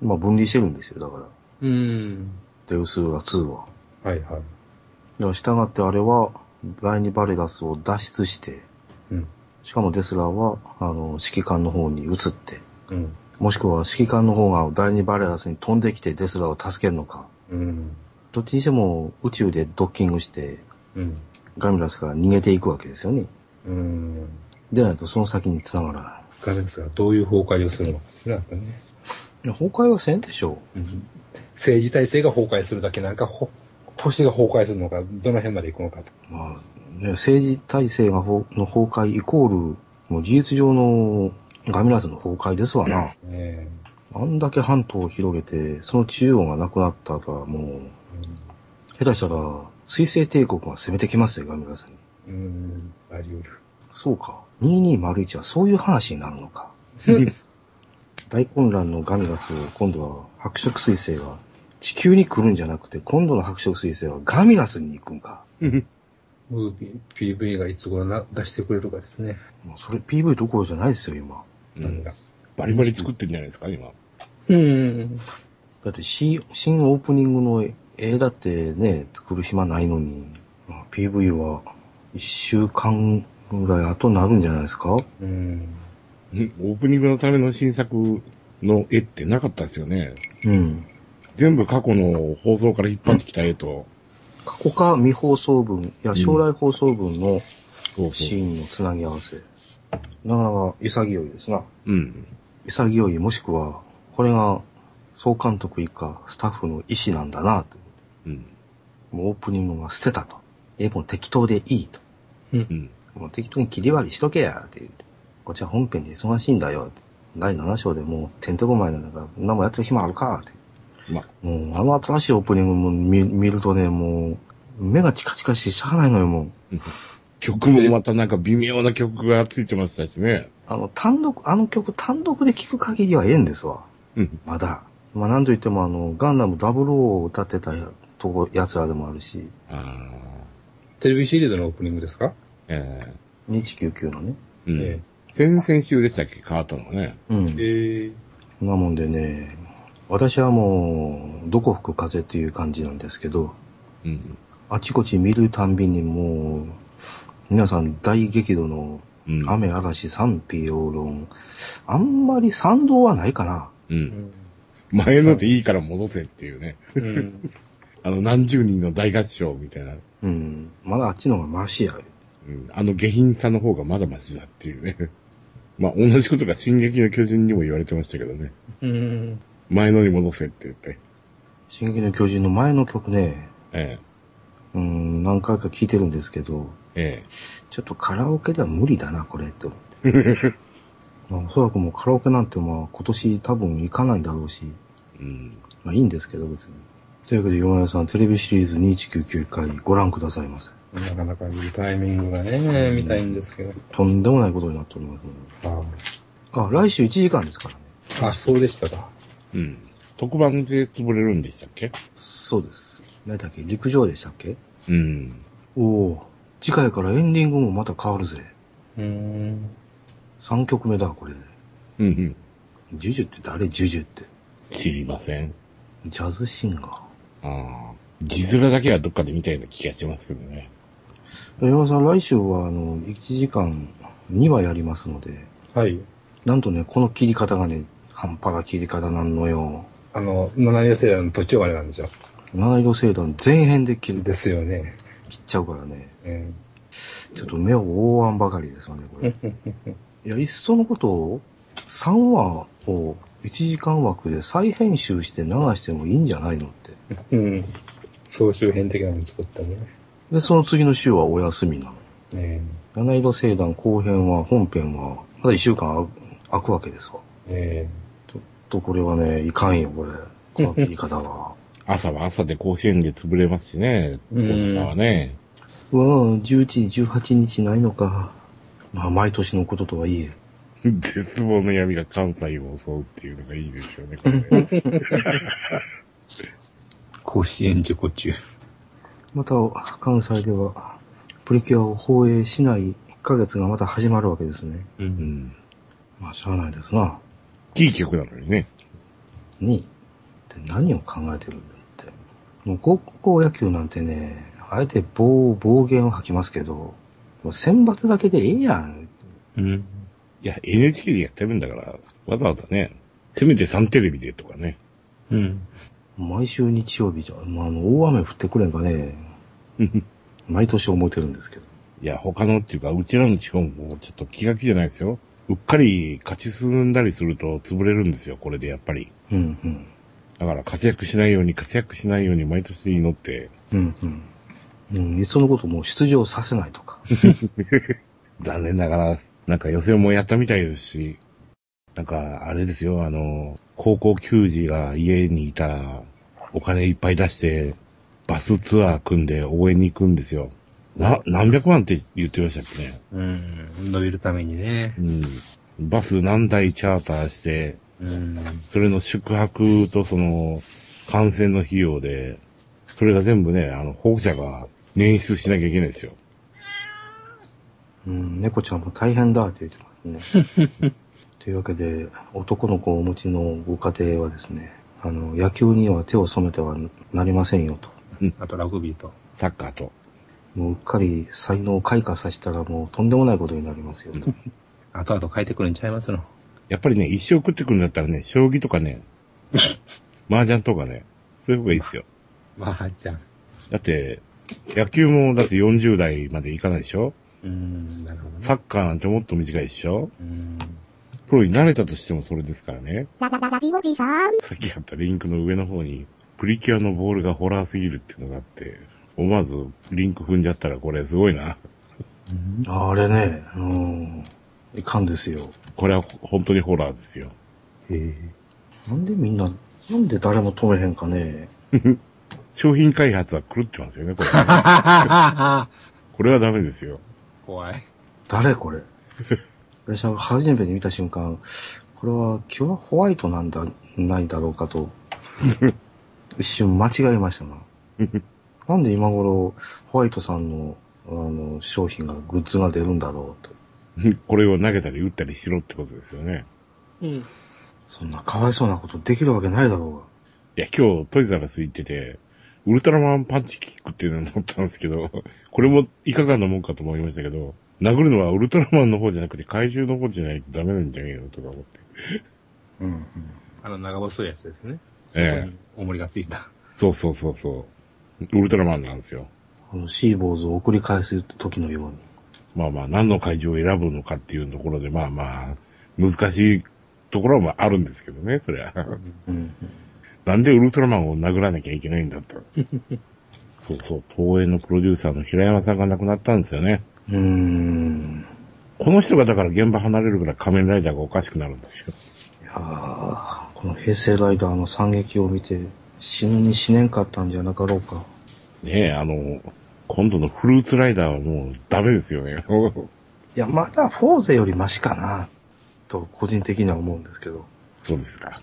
Speaker 1: まあ分離してるんですよ、だから。
Speaker 4: うーん。
Speaker 1: デウスーラ2は。
Speaker 4: はいはい。
Speaker 1: だから従ってあれは第二バレラスを脱出して、
Speaker 4: うん。
Speaker 1: しかもデスラーは、あの、指揮官の方に移って、
Speaker 4: うん。
Speaker 1: もしくは指揮官の方が第二バレラスに飛んできてデスラーを助けるのか、
Speaker 4: うん。
Speaker 1: どっちにしても宇宙でドッキングして、
Speaker 4: うん。
Speaker 1: ガミラスから逃げていくわけですよね。
Speaker 4: うん。
Speaker 1: でないとその先に繋がらない
Speaker 4: ガミラスがどういう崩壊をするのかですね、なんかね。
Speaker 1: いや。崩壊はせんでしょ
Speaker 4: うん政治体制が崩壊するだけなんか、ほ星が崩壊するのか、どの辺まで行くのかと。
Speaker 1: う。まあ、ね、政治体制がほの崩壊イコール、もう事実上のガミラスの崩壊ですわな。
Speaker 4: え
Speaker 1: あんだけ半島を広げて、その中央がなくなったらもう、下手したら、水星帝国が攻めてきますよ、ガミラスに。
Speaker 4: うん。うん。あり得る。
Speaker 1: そうか。2201はそういう話になるのか。大混乱のガミラスを今度は白色彗星が地球に来るんじゃなくて、今度の白色彗星はガミラスに行くんか。
Speaker 4: ムービー、PV がいつ頃な出してくれるかですね。
Speaker 1: もうそれ PV どころじゃないですよ、今。
Speaker 4: 何が。
Speaker 2: バリバリ作ってんじゃないですか、今。
Speaker 4: うん。
Speaker 1: だって新新オープニングの絵だってね、作る暇ないのに、まあ PV は1週間ぐらい後になるんじゃないですか
Speaker 4: うん。
Speaker 2: んオープニングのための新作の絵ってなかったですよね。
Speaker 1: うん。
Speaker 2: 全部過去の放送から引っ張ってきた絵と、
Speaker 1: 過去か未放送分、いや将来放送分の
Speaker 2: そう
Speaker 1: シ
Speaker 2: そう。
Speaker 1: ーンのつなぎ合わせ。なかなか潔いですな。
Speaker 2: うん。
Speaker 1: 潔いもしくは、これが総監督以下スタッフの意思なんだなと。
Speaker 2: うん。
Speaker 1: もうオープニングは捨てたと。え、もう適当でいいと。
Speaker 2: うん。
Speaker 1: もう適当に切り割りしとけや、って言って。こっちは本編で忙しいんだよ、って。第7章でもう、てんてこまいなんだから、何もやってる暇あるか、って。
Speaker 2: まあ、
Speaker 1: もう、あの新しいオープニングも見見るとね、もう、目がチカチカしてしゃあないのよ、もう。
Speaker 2: 曲もまたなんか微妙な曲がついてましたしね。
Speaker 1: あの、単独、あの曲単独で聴く限りはええんですわ。
Speaker 2: うん。
Speaker 1: まだ。まあ、なんといってもあの、ガンダム00を歌ってたやとこ、奴らでもあるし、
Speaker 2: ああ。
Speaker 4: テレビシリーズのオープニングですか、
Speaker 2: え
Speaker 1: 2199のね。
Speaker 2: えうん。
Speaker 4: え
Speaker 2: 先々週でしたっけ変わったのがね。
Speaker 1: うん。
Speaker 4: ええ
Speaker 1: なもんでね、私はもう、どこ吹く風っていう感じなんですけど、
Speaker 2: うん。
Speaker 1: あちこち見るたんびにもう、皆さん大激怒の
Speaker 2: うん。
Speaker 1: 雨嵐賛否両論。あんまり賛同はないかな。
Speaker 2: うん。前のでいいから戻せっていうね。
Speaker 4: うん。
Speaker 2: あの、何十人の大合唱みたいな。
Speaker 1: うん。まだあっちの方がマシや。
Speaker 2: うん。あの下品さの方がまだマシだっていうね。 まあ、同じことが進撃の巨人にも言われてましたけどね。
Speaker 4: うん。
Speaker 2: 前のに戻せって言って。
Speaker 1: 進撃の巨人の前の曲ね、
Speaker 2: え
Speaker 1: うん、何回か聴いてるんですけど、
Speaker 2: え。え
Speaker 1: ちょっとカラオケでは無理だな、これ って思って。まあ、おそらくもうカラオケなんてまあ今年多分行かないだろうし、
Speaker 2: え。うん。
Speaker 1: まあいいんですけど別に。というわけで、山田さん、テレビシリーズ2199回ご覧くださいませ。
Speaker 4: なかなかいいタイミングがね、見たいんですけど。
Speaker 1: とんでもないことになっておりますので。あ、来週1時間ですからね。
Speaker 4: あ、そうでしたか。
Speaker 2: うん。特番で潰れるんでしたっけ
Speaker 1: そうです。何だっけ陸上でしたっけ
Speaker 2: うん。
Speaker 1: おお。次回からエンディングもまた変わるぜ。
Speaker 4: うん。
Speaker 1: 3曲目だ、これ。
Speaker 2: うんうん。
Speaker 1: ジュジュって誰ジュジュって。
Speaker 2: 知りません。
Speaker 1: ジャズシンガー。
Speaker 2: ああ。字面だけはどっかで見たような気がしますけどね。
Speaker 1: 山田さん、来週は、あの、1時間2話やりますので、
Speaker 4: はい。
Speaker 1: なんとね、この切り方がね、半端な切り方なんのよ。
Speaker 4: あの、七色世代の途中までなんですよ。
Speaker 1: 七色星団全編で切る
Speaker 4: ですよね。
Speaker 1: 切っちゃうからね、
Speaker 4: うん。
Speaker 1: ちょっと目を覆わんばかりですよね、これ。いや、いっそのことを、3話を1時間枠で再編集して流してもいいんじゃないのって。
Speaker 4: うん。総集編的なのを作ったね。
Speaker 1: で、その次の週はお休みなの。
Speaker 4: え
Speaker 1: 七色星団後編は、本編は、まだ1週間空くわけですわ。
Speaker 4: ええ
Speaker 1: と、これはね、いかんよ、これ。この切り方は。
Speaker 2: 朝は朝で甲子園で潰れますしね。
Speaker 4: うん
Speaker 2: 大阪はね。
Speaker 1: うわぁ、11時、18日ないのか。まあ、毎年のこととはいえ。
Speaker 2: 絶望の闇が関西を襲うっていうのがいいですよね、これね
Speaker 4: 甲子園受講中。
Speaker 1: また、関西では、プリキュアを放映しないヶ月がまた始まるわけですね。
Speaker 4: う。
Speaker 2: うんん。
Speaker 1: まあ、しゃあないですな。
Speaker 2: いい曲なのにね。
Speaker 1: に、って何を考えてるんだって。もう高校野球なんてね、あえて暴暴言を吐きますけど、もう選抜だけでええやん。
Speaker 4: うん。
Speaker 2: いや、NHK でやってるんだから、わざわざね、せめて3テレビでとかね。
Speaker 4: うん。
Speaker 1: 毎週日曜日じゃ、まあ、あの、大雨降ってくれんかね、
Speaker 2: い
Speaker 1: 毎年思ってるんですけど。
Speaker 2: や、他のっていうか、うちらの地方もちょっと気が気じゃないですよ。うっかり勝ち進んだりすると潰れるんですよ、これでやっぱり。
Speaker 1: うん、うん。
Speaker 2: だから活躍しないように、活躍しないように毎年祈って、
Speaker 1: うん、うん。うん、いっそのこともう出場させないとか。
Speaker 2: 残念ながら、なんか予選もやったみたいですし、なんか、あれですよ、あの、高校球児が家にいたら、お金いっぱい出して、バスツアー組んで応援に行くんですよ。な、何百万って言ってましたっけね。
Speaker 4: うん。伸びるためにね。
Speaker 2: うん。バス何台チャーターして、
Speaker 4: うん。
Speaker 2: それの宿泊とその、観戦の費用で、それが全部ね、あの、保護者が捻出しなきゃいけないですよ。
Speaker 1: うん、猫ちゃんも大変だって言ってますね。 というわけで、男の子をお持ちのご家庭はですね、あの、野球には手を染めてはなりませんよと。
Speaker 4: あとラグビーと。
Speaker 2: サッカーと。
Speaker 1: もううっかり才能を開花させたらもうとんでもないことになりますよと。
Speaker 4: あとあと変えてくるんちゃいますの。
Speaker 2: やっぱりね、一生食ってくるんだったらね、将棋とかね、麻雀とかね、そういう方がいいですよ。
Speaker 4: まあ、じゃあ。
Speaker 2: だって、野球もだって40代までいかないでしょ
Speaker 4: うん。なるほど、ね。
Speaker 2: サッカーなんてもっと短いでしょ
Speaker 4: うん。
Speaker 2: プロに慣れたとしてもそれですからね。
Speaker 3: ララララジオジさん。
Speaker 2: さっきあったリンクの上の方に、プリキュアのボールがホラーすぎるっていうのがあって、思わずリンク踏んじゃったらこれすごいな。
Speaker 4: うん
Speaker 1: あれね、うん、いかんですよ。
Speaker 2: これは本当にホラーですよ。
Speaker 1: なんでみんな、なんで誰も止めへんかね。
Speaker 2: 商品開発は狂ってますよね、これ。これはダメですよ。
Speaker 4: 怖い。
Speaker 1: 誰これ私は初めて見た瞬間、これはキュアホワイトなんだ、ないだろうかと、一瞬間違えました な。なんで今頃、ホワイトさんの、あの、商品が、グッズが出るんだろうと。
Speaker 2: これを投げたり打ったりしろってことですよね。
Speaker 4: うん。
Speaker 1: そんなかわいそうなことできるわけないだろうが。
Speaker 2: いや、今日トイザらス行ってて、ウルトラマンパンチキックっていうのを持ったんですけど、 これもいかがなもんかと思いましたけど、殴るのはウルトラマンの方じゃなくて怪獣の方じゃないとダメなんじゃねえのとか思って。
Speaker 1: うんうん。
Speaker 4: あの長細いやつですね。
Speaker 2: ええ
Speaker 4: そこに重りがついた。
Speaker 2: そうそうそうそう。ウルトラマンなんですよ。
Speaker 1: あの、シーボーズを送り返す時のように。
Speaker 2: まあまあ、何の怪獣を選ぶのかっていうところで、まあまあ、難しいところはあるんですけどね、そりゃ。
Speaker 1: うん
Speaker 2: なんでウルトラマンを殴らなきゃいけないん だと。そうそう、東映のプロデューサーの平山さんが亡くなったんですよね。
Speaker 1: うん。うーん。
Speaker 2: この人がだから現場離れるぐらい仮面ライダーがおかしくなるんですよ。
Speaker 1: いやーこの平成ライダーの惨劇を見て、死ぬに死ねんかったんじゃなかろうか。
Speaker 2: ねえ、あの、今度のフルーツライダーはもうダメですよね。
Speaker 1: いや、まだフォーゼよりマシかな、と個人的には思うんですけど。
Speaker 2: そうですか。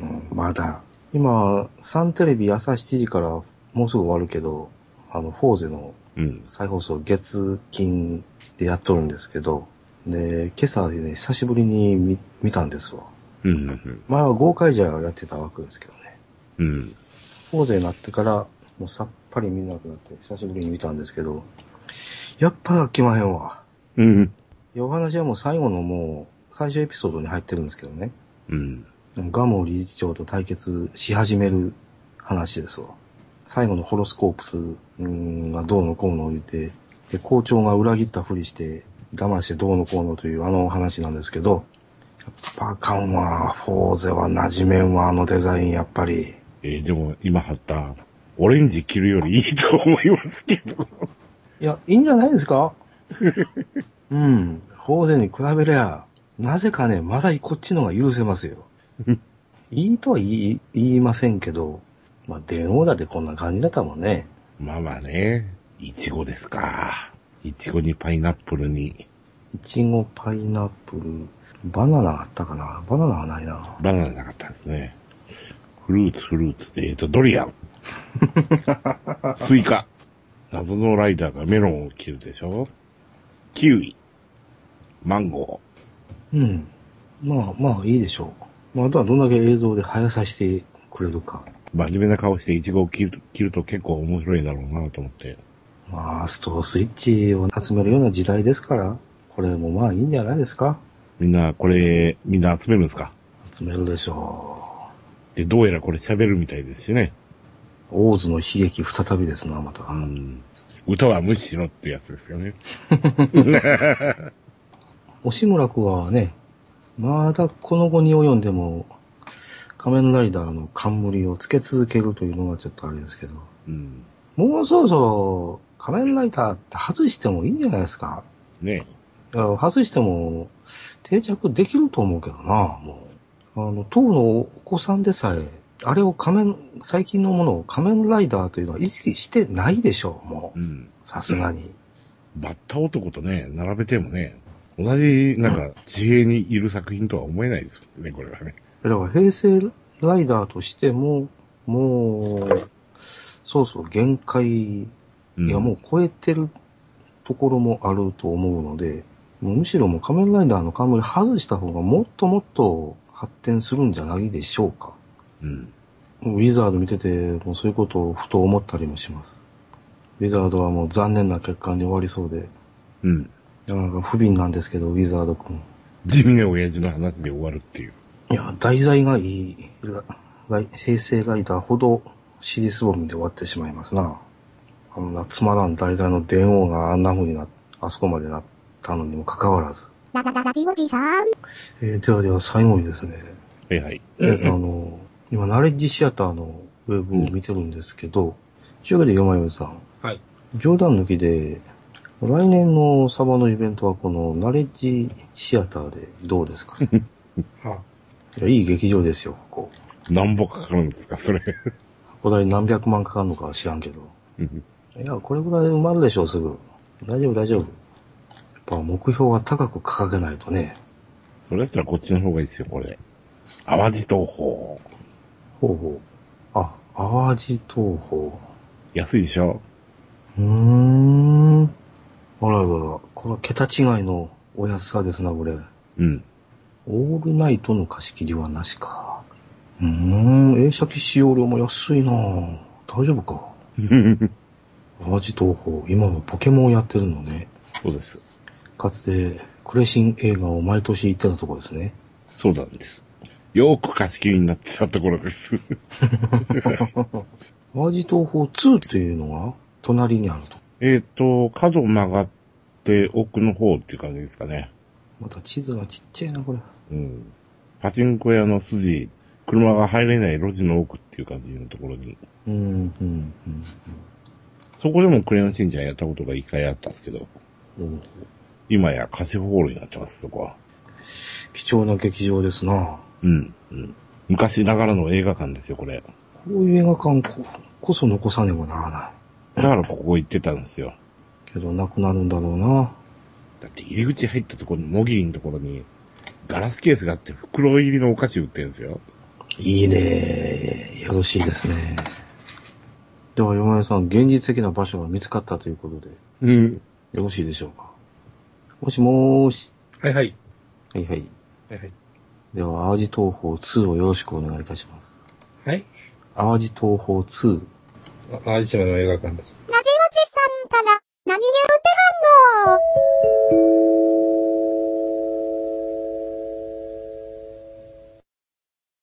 Speaker 1: うん、まだ。今、サンテレビ朝7時からもうすぐ終わるけど、あの、フォーゼの
Speaker 2: うん。
Speaker 1: 再放送月金でやっとるんですけど、で、今朝でね、久しぶりに見見たんですわ。
Speaker 2: うん、うん、
Speaker 1: 前は豪快じゃやってた枠ですけどね。
Speaker 2: うん。
Speaker 1: フォーゼになってから、もうさっぱり見なくなって、久しぶりに見たんですけど、やっぱ飽きまへんわ。
Speaker 2: うん。
Speaker 1: いやお話はもう最後のもう、最初エピソードに入ってるんですけどね。
Speaker 2: うん。
Speaker 1: ガモ理事長と対決し始める話ですわ。最後のホロスコープスうーんがどうのこうの言って、で、校長が裏切ったふりして、我慢してどうのこうのというあの話なんですけど、やっぱあかんわ、フォーゼは馴染めんわ、あのデザインやっぱり。
Speaker 2: えーでも今貼った、オレンジ着るよりいいと思いますけど。
Speaker 1: いや、いいんじゃないですかうん。フォーゼに比べりゃ、なぜかね、まだこっちの方が許せますよ。いいとは言い言いませんけど、まあ、電話だってこんな感じだったもんね。
Speaker 2: まあまあね、いちごですか。いちごにパイナップルに、
Speaker 1: いちご、パイナップル、バナナあったかなバナナはないな。
Speaker 2: バナナなかったですね。フルーツ、フルーツ、えーと、ドリアン。スイカ。謎のライダーがメロンを切るでしょキウイ。マンゴ
Speaker 1: うん。まあまあいいでしょう。まあ、あとはどんだけ映像で早さしてくれるか。
Speaker 2: ー。真面目な顔してイチゴを切る切ると結構面白いだろうなと思って。
Speaker 1: まあ、ストースイッチを集めるような時代ですから、これもまあいいんじゃないですか
Speaker 2: みんな、これ、みんな集めるんですか
Speaker 1: 集めるでしょう。
Speaker 2: で、どうやらこれ喋るみたいですしね。
Speaker 1: オーズの悲劇再びですな、また。
Speaker 2: うん。歌は無視しろってやつですよね。
Speaker 1: 押村くはね、まだこの後に及んでも、仮面ライダーの冠をつけ続けるというのがちょっとあれですけど、
Speaker 2: うん。
Speaker 1: もうそろそろ仮面ライダーって外してもいいんじゃないですか。
Speaker 2: ね
Speaker 1: いや外しても定着できると思うけどな、もう。あの、当のお子さんでさえ、あれを仮面、最近のものを仮面ライダーというのは意識してないでしょう、も
Speaker 2: うん。
Speaker 1: う。さすがに。
Speaker 2: バッタ男とね、並べてもね、同じ、 なんか、地平にいる作品とは思えないですよね、これはね。
Speaker 1: だから平成ライダーとしても、もう、そうそう、限界
Speaker 2: うん、
Speaker 1: がもう超えてるところもあると思うので、もうむしろもう仮面ライダーの冠外した方がもっともっと発展するんじゃないでしょうか。
Speaker 2: う。ん。
Speaker 1: ウィザード見てて、もうそういうことをふと思ったりもします。ウィザードはもう残念な結果に終わりそうで、
Speaker 2: うん。
Speaker 1: なんか不憫なんですけど、ウィザード君。
Speaker 2: 地味な親父の話で終わるっていう。
Speaker 1: いや、題材がいい、ら来平成ライダーほど尻すぼみで終わってしまいますな。あんなつまらん題材の電王があんな風にな、あそこまでなったのにもかかわらず。
Speaker 3: ララララジオジさん。
Speaker 1: えー、ではでは最後にですね、
Speaker 2: はいはい。
Speaker 1: 皆さんあの、今、ナレッジシアターのウェブを見てるんですけど、中華で山よさん。
Speaker 4: はい。
Speaker 1: 冗談抜きで、来年のサバのイベントはこのナレッジシアターでどうです かい
Speaker 4: は
Speaker 1: や、いい劇場ですよ、ここ。
Speaker 2: 何ぼかかるんですか、それ。
Speaker 1: お代何百万かかるのかは知らんけど。
Speaker 2: うん
Speaker 1: いや、これぐらいで埋まるでしょう、すぐ。大丈夫、大丈夫。やっぱ目標は高く掲げないとね。
Speaker 2: それだったらこっちの方がいいですよ、これ。淡路東宝。
Speaker 1: ほうほう。あ、淡路東宝。
Speaker 2: 安いでしょ
Speaker 1: うーん。あららら、これは桁違いのお安さですな、これ。
Speaker 2: うん。
Speaker 1: オールナイトの貸し切りはなしか。うーん、映写機使用料も安いなぁ大丈夫か。淡路東宝、今もポケモンやってるのね。
Speaker 2: そうです。
Speaker 1: かつて、クレシン映画を毎年行ってたとこですね。
Speaker 2: そうなんです。よーく貸し切りになってたところです。
Speaker 1: 淡路東宝2というのが、隣にあると。
Speaker 2: えっと、角曲がって奥の方っていう感じですかね。
Speaker 1: また地図がちっちゃいな、これ。
Speaker 2: うん。パチンコ屋の筋、車が入れない路地の奥っていう感じのところに。
Speaker 1: うん、うん、
Speaker 2: そこでもクレヨンしんちゃんやったことが一回あったんですけど、
Speaker 1: うん。
Speaker 2: 今や貸しホールになってます、そこは。
Speaker 1: 貴重な劇場ですな
Speaker 2: うん。うん。昔ながらの映画館ですよ、これ。
Speaker 1: こういう映画館ここそ残さねばならな
Speaker 2: だからここ行ってたんですよ。
Speaker 1: い。けど、なくなるんだろうな
Speaker 2: だって入り口入ったところに、もぎりのところに、ガラスケースがあって袋入りのお菓子売ってるんですよ。
Speaker 1: いいねよろしいですね。では、山根さん、現実的な場所が見つかったということで、
Speaker 2: うん。
Speaker 1: よろしいでしょうか。もしもーし。
Speaker 4: はいはい。
Speaker 1: はいはい。
Speaker 4: はいはい。
Speaker 1: では、淡路東宝2をよろしくお願いいたします。
Speaker 4: はい。
Speaker 1: 淡路東宝2。
Speaker 4: 淡路島の映画館です。
Speaker 3: ラジオチさんから、何言うては